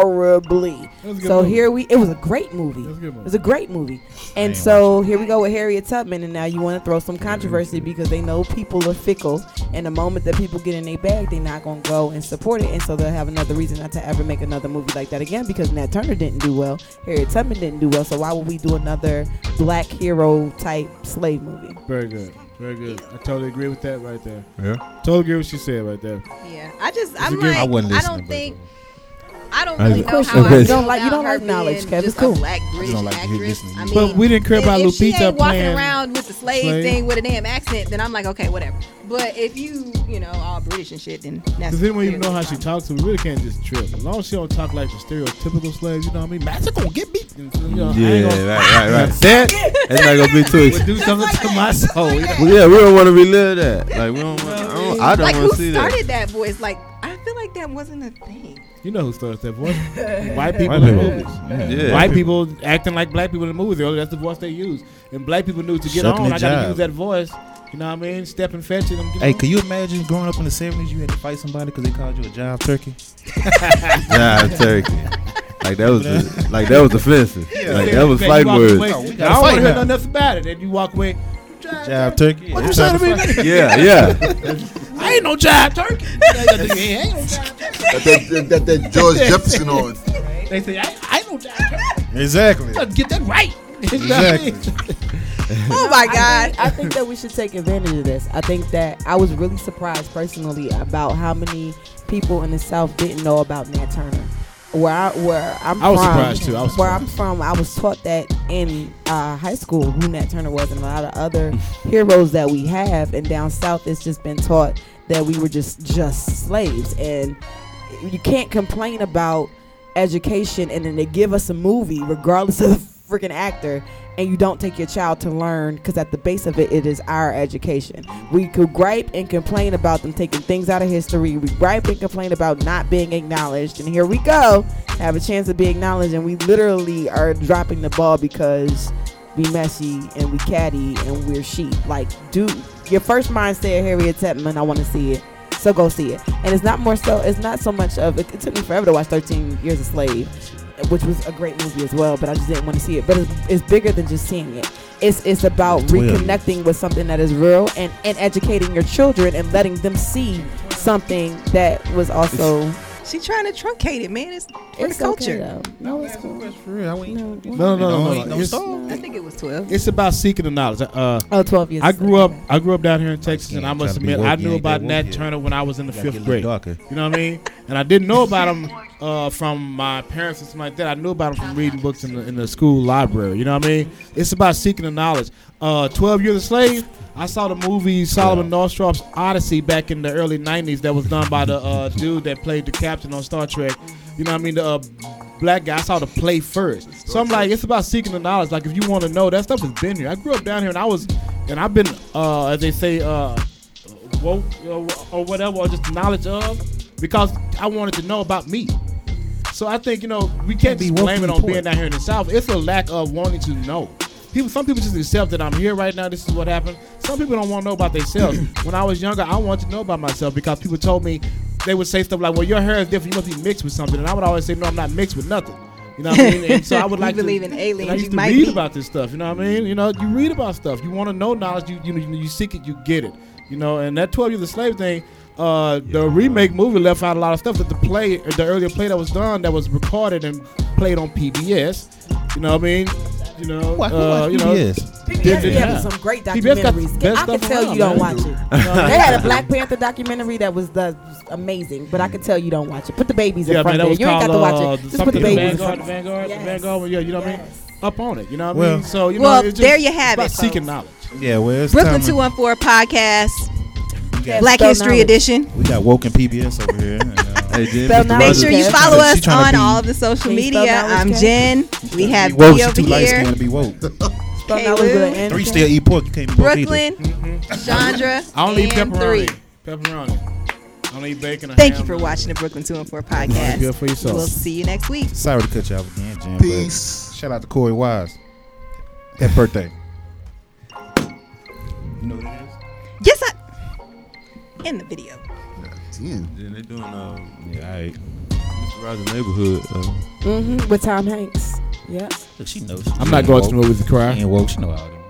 Speaker 4: horribly.
Speaker 7: was a good
Speaker 4: So
Speaker 7: movie.
Speaker 4: here we it was a great movie.
Speaker 7: was a good movie.
Speaker 4: It was a great movie. And so here we go with Harriet Tubman, and now you want to throw some controversy because they know people are fickle, and the moment that people get in their bag, they're not going to go and support it, and so they'll have another reason not to ever make another movie like that again because Nat Turner didn't do well, Harriet Tubman didn't do well, so why would we do another black hero type slave movie?
Speaker 7: Very good. Very good. I totally agree with that right there.
Speaker 5: Yeah.
Speaker 7: Totally agree with what she said right there.
Speaker 1: Yeah, I just I'm
Speaker 2: good-
Speaker 1: like
Speaker 2: I
Speaker 1: I,
Speaker 2: wasn't listening,
Speaker 1: don't
Speaker 2: but-
Speaker 1: think I don't
Speaker 5: I-
Speaker 1: really
Speaker 5: Of
Speaker 1: know
Speaker 4: course
Speaker 1: how
Speaker 5: you
Speaker 1: I
Speaker 5: don't.
Speaker 1: feel
Speaker 5: You
Speaker 4: don't like- you
Speaker 1: about
Speaker 4: don't
Speaker 1: her
Speaker 4: like knowledge,
Speaker 1: being
Speaker 4: Kev. It's
Speaker 1: just a
Speaker 4: cool.
Speaker 1: black British
Speaker 2: don't like to hear
Speaker 1: actress.
Speaker 2: listening.
Speaker 1: I mean,
Speaker 7: But we didn't care
Speaker 1: if,
Speaker 7: about
Speaker 1: if she
Speaker 7: Lupita
Speaker 1: ain't walking
Speaker 7: playing
Speaker 1: around with the slave,
Speaker 7: slave.
Speaker 1: thing with a damn accent, then I'm like, okay, whatever. But if you, you know, all British and shit, then that's
Speaker 7: Because then we even know
Speaker 1: clearly
Speaker 7: how
Speaker 1: a problem.
Speaker 7: she talks, so we really can't just trip. As long as she don't talk like the stereotypical slaves, you know what I mean? Master gonna get me. You know, I ain't gonna
Speaker 5: Yeah, right, right, right. That that's not gonna be too
Speaker 7: would do something to my soul. you know?
Speaker 5: Well, yeah, we don't want to relive that. Like we don't. Want, I don't, I don't
Speaker 1: Like
Speaker 5: want
Speaker 1: who
Speaker 5: to see that.
Speaker 1: started that voice? Like I feel like that wasn't a thing.
Speaker 7: You know who starts that voice? White people
Speaker 2: White
Speaker 7: in the
Speaker 2: people.
Speaker 7: movies.
Speaker 5: Yeah.
Speaker 7: White people acting like black people in the movies. Earlier, that's the voice they use. And black people knew to get
Speaker 2: Shucking
Speaker 7: on,
Speaker 2: the
Speaker 7: I gotta
Speaker 2: jive.
Speaker 7: use that voice. You know what I mean? Step and fetch it. I'm
Speaker 2: Hey, could you imagine growing up in the seventies? You had to fight somebody because they called you a jive turkey.
Speaker 5: Nah, turkey. Like that was the, like that was offensive. Like that was
Speaker 7: fight
Speaker 5: fight words.
Speaker 7: I
Speaker 2: Oh, we
Speaker 7: don't
Speaker 2: gotta
Speaker 7: want
Speaker 2: fight
Speaker 7: to hear
Speaker 2: now.
Speaker 7: nothing else about it. And you walk away.
Speaker 2: Jive turkey.
Speaker 7: What you say to me? nigga?
Speaker 5: Yeah, yeah.
Speaker 7: I ain't no jive turkey. I ain't no jive turkey.
Speaker 3: Got that, that, that, that George Jefferson on.
Speaker 7: They say I, I ain't no jive turkey.
Speaker 2: Exactly.
Speaker 7: Let's get that right. You know what I mean?
Speaker 1: Oh my
Speaker 4: I
Speaker 1: god!
Speaker 4: think, I think that we should take advantage of this. I think that I was really surprised personally about how many people in the South didn't know about Nat Turner. Where I where I'm
Speaker 7: I was
Speaker 4: from,
Speaker 7: surprised, too. I was
Speaker 4: where I'm from, I was taught that in uh, high school who Nat Turner was, and a lot of other heroes that we have. And down south, it's just been taught that we were just just slaves, and you can't complain about education and then they give us a movie regardless of the freaking actor and you don't take your child to learn because at the base of it it is our education we could gripe and complain about them taking things out of history we gripe and complain about not being acknowledged and here we go have a chance to be acknowledged and we literally are dropping the ball because we messy and we catty and we're sheep like dude your first mindset harriet tubman i want to see it so go see it. And it's not more so. It's not so much of. It, it took me forever to watch Thirteen Years a Slave, which was a great movie as well, but I just didn't want to see it. But it's, it's bigger than just seeing it. It's it's about reconnecting with something that is real and and educating your children and letting them see something that was also
Speaker 1: She trying to truncate it, man. It's for the
Speaker 4: it's
Speaker 1: culture.
Speaker 4: Okay, though. no, it's cool.
Speaker 7: No,
Speaker 4: No,
Speaker 7: no, no,
Speaker 2: Don't-
Speaker 7: no.
Speaker 2: don't
Speaker 7: It's,
Speaker 2: stop.
Speaker 1: I think it was twelve.
Speaker 7: it's about seeking the knowledge. Uh,
Speaker 4: Oh, 12 years.
Speaker 7: I grew up.
Speaker 4: Okay.
Speaker 7: I grew up down here in Texas, and I
Speaker 2: skin
Speaker 7: must
Speaker 2: tryna be
Speaker 7: admit,
Speaker 2: woke,
Speaker 7: I
Speaker 2: you
Speaker 7: knew
Speaker 2: ain't
Speaker 7: about
Speaker 2: that woke
Speaker 7: Nat
Speaker 2: yet.
Speaker 7: Turner when I was in the
Speaker 2: get a
Speaker 7: fifth
Speaker 2: little
Speaker 7: grade.
Speaker 2: darker.
Speaker 7: You know what I mean? And I didn't know about him uh, from my parents and something like that. I knew about him from reading books in the, in the school library. You know what I mean? It's about seeking the knowledge. Uh, Twelve Years a Slave. I saw the movie Solomon Northrop's Odyssey back in the early '90s. That was done by the uh, dude that played the captain on Star Trek. You know what I mean? The uh, black guy. I saw the play first. So I'm like, it's about seeking the knowledge. Like if you want to know, that stuff has been here. I grew up down here, and I was, and I've been, uh, as they say, uh, woke or, or whatever, or just knowledge of, because I wanted to know about me. So I think you know we can't
Speaker 2: be
Speaker 7: just
Speaker 2: woke
Speaker 7: blame it
Speaker 2: and
Speaker 7: on being
Speaker 2: important.
Speaker 7: down here in the South. It's a lack of wanting to know. People, some people just accept that I'm here right now. This is what happened. Some people don't want to know about themselves. when I was younger, I wanted to know about myself because people told me they would say stuff like, "Well, your hair is different. You must be mixed with something." And I would always say, "No, I'm not mixed with nothing." You know what I mean? And so I would
Speaker 1: You
Speaker 7: like
Speaker 1: believe
Speaker 7: to
Speaker 1: in aliens,
Speaker 7: and I used
Speaker 1: you
Speaker 7: to
Speaker 1: might
Speaker 7: read
Speaker 1: be.
Speaker 7: about this stuff. You know what I mean? You know, you read about stuff. You want to know knowledge. You you know, you seek it. You get it. You know, and that Twelve Years a Slave thing. Uh, the remake movie left out a lot of stuff that the play, the earlier play that was done, that was recorded and played on PBS. You know what I mean? You know, uh,
Speaker 5: Who watch
Speaker 7: you know,
Speaker 5: PBS?
Speaker 4: PBS
Speaker 7: Yeah.
Speaker 4: gives some great
Speaker 7: PBS got the
Speaker 4: documentaries.
Speaker 7: best
Speaker 4: I can
Speaker 7: stuff
Speaker 4: tell
Speaker 7: around,
Speaker 4: you
Speaker 7: man.
Speaker 4: don't watch it. they had a Black Panther documentary that was the was amazing, but I can tell you don't watch it. Put the babies
Speaker 7: Yeah, man,
Speaker 4: in front
Speaker 7: that
Speaker 4: of
Speaker 7: was
Speaker 4: it. You ain't got
Speaker 7: called uh,
Speaker 4: to watch it. Just put
Speaker 7: something
Speaker 4: the
Speaker 7: the
Speaker 4: babies in
Speaker 7: Vanguard,
Speaker 4: front
Speaker 7: the
Speaker 4: of it.
Speaker 7: Vanguard, the
Speaker 4: Yes.
Speaker 7: Vanguard. Yeah, you know what I mean?
Speaker 4: Yes.
Speaker 7: Up on it. You know what I
Speaker 2: Well-
Speaker 7: mean? So you know,
Speaker 1: Well,
Speaker 7: it's just
Speaker 1: there you have
Speaker 7: about
Speaker 1: it, folks.
Speaker 7: Seeking knowledge.
Speaker 2: Yeah, well, it's
Speaker 1: Brooklyn
Speaker 2: time.
Speaker 1: Two One Four podcast,
Speaker 4: Yes,
Speaker 1: Black
Speaker 4: spell
Speaker 1: History
Speaker 4: knowledge.
Speaker 1: Edition.
Speaker 2: we got woke and PBS over here. and, uh,
Speaker 5: Hey, Jim,
Speaker 4: Spell
Speaker 5: Mr.
Speaker 4: knowledge.
Speaker 1: Make
Speaker 5: Rogers,
Speaker 1: sure you
Speaker 5: she
Speaker 1: follow
Speaker 2: tryna- she
Speaker 1: us
Speaker 2: tryna
Speaker 1: on
Speaker 2: be-
Speaker 1: all of the social
Speaker 4: Can you spell
Speaker 1: media.
Speaker 4: knowledge,
Speaker 1: I'm
Speaker 4: Kat?
Speaker 1: Jen. We have
Speaker 2: be woke.
Speaker 1: B
Speaker 2: She
Speaker 1: over
Speaker 2: too light
Speaker 1: here.
Speaker 2: skinned to be woke.
Speaker 4: Spell knowledge with an N.
Speaker 2: Three still eat pork. You can't be woke either.
Speaker 1: Brooklyn,
Speaker 4: Mm-hmm.
Speaker 1: Chandra,
Speaker 7: I only eat
Speaker 1: and three.
Speaker 7: pepperoni. Pepperoni. I only eat bacon. and
Speaker 1: Thank
Speaker 7: ham,
Speaker 1: you for
Speaker 7: man.
Speaker 1: watching the Brooklyn Two and Four
Speaker 7: Good
Speaker 1: podcast.
Speaker 7: for yourself.
Speaker 1: We'll see you next week.
Speaker 2: Sorry to cut you off again, Jim. but
Speaker 3: Peace.
Speaker 2: Shout out to Corey Wise. Happy birthday. You know what it is?
Speaker 1: Yes, I. In the video.
Speaker 3: Damn.
Speaker 5: Yeah, they doing uh,
Speaker 2: Yeah, all right.
Speaker 5: Mr. Rogers' neighborhood. Uh,
Speaker 4: Mhm, With Tom Hanks. Yep.
Speaker 2: Look, she knows.
Speaker 7: I'm not going to the movies to cry.
Speaker 2: She ain't woke. She know all that.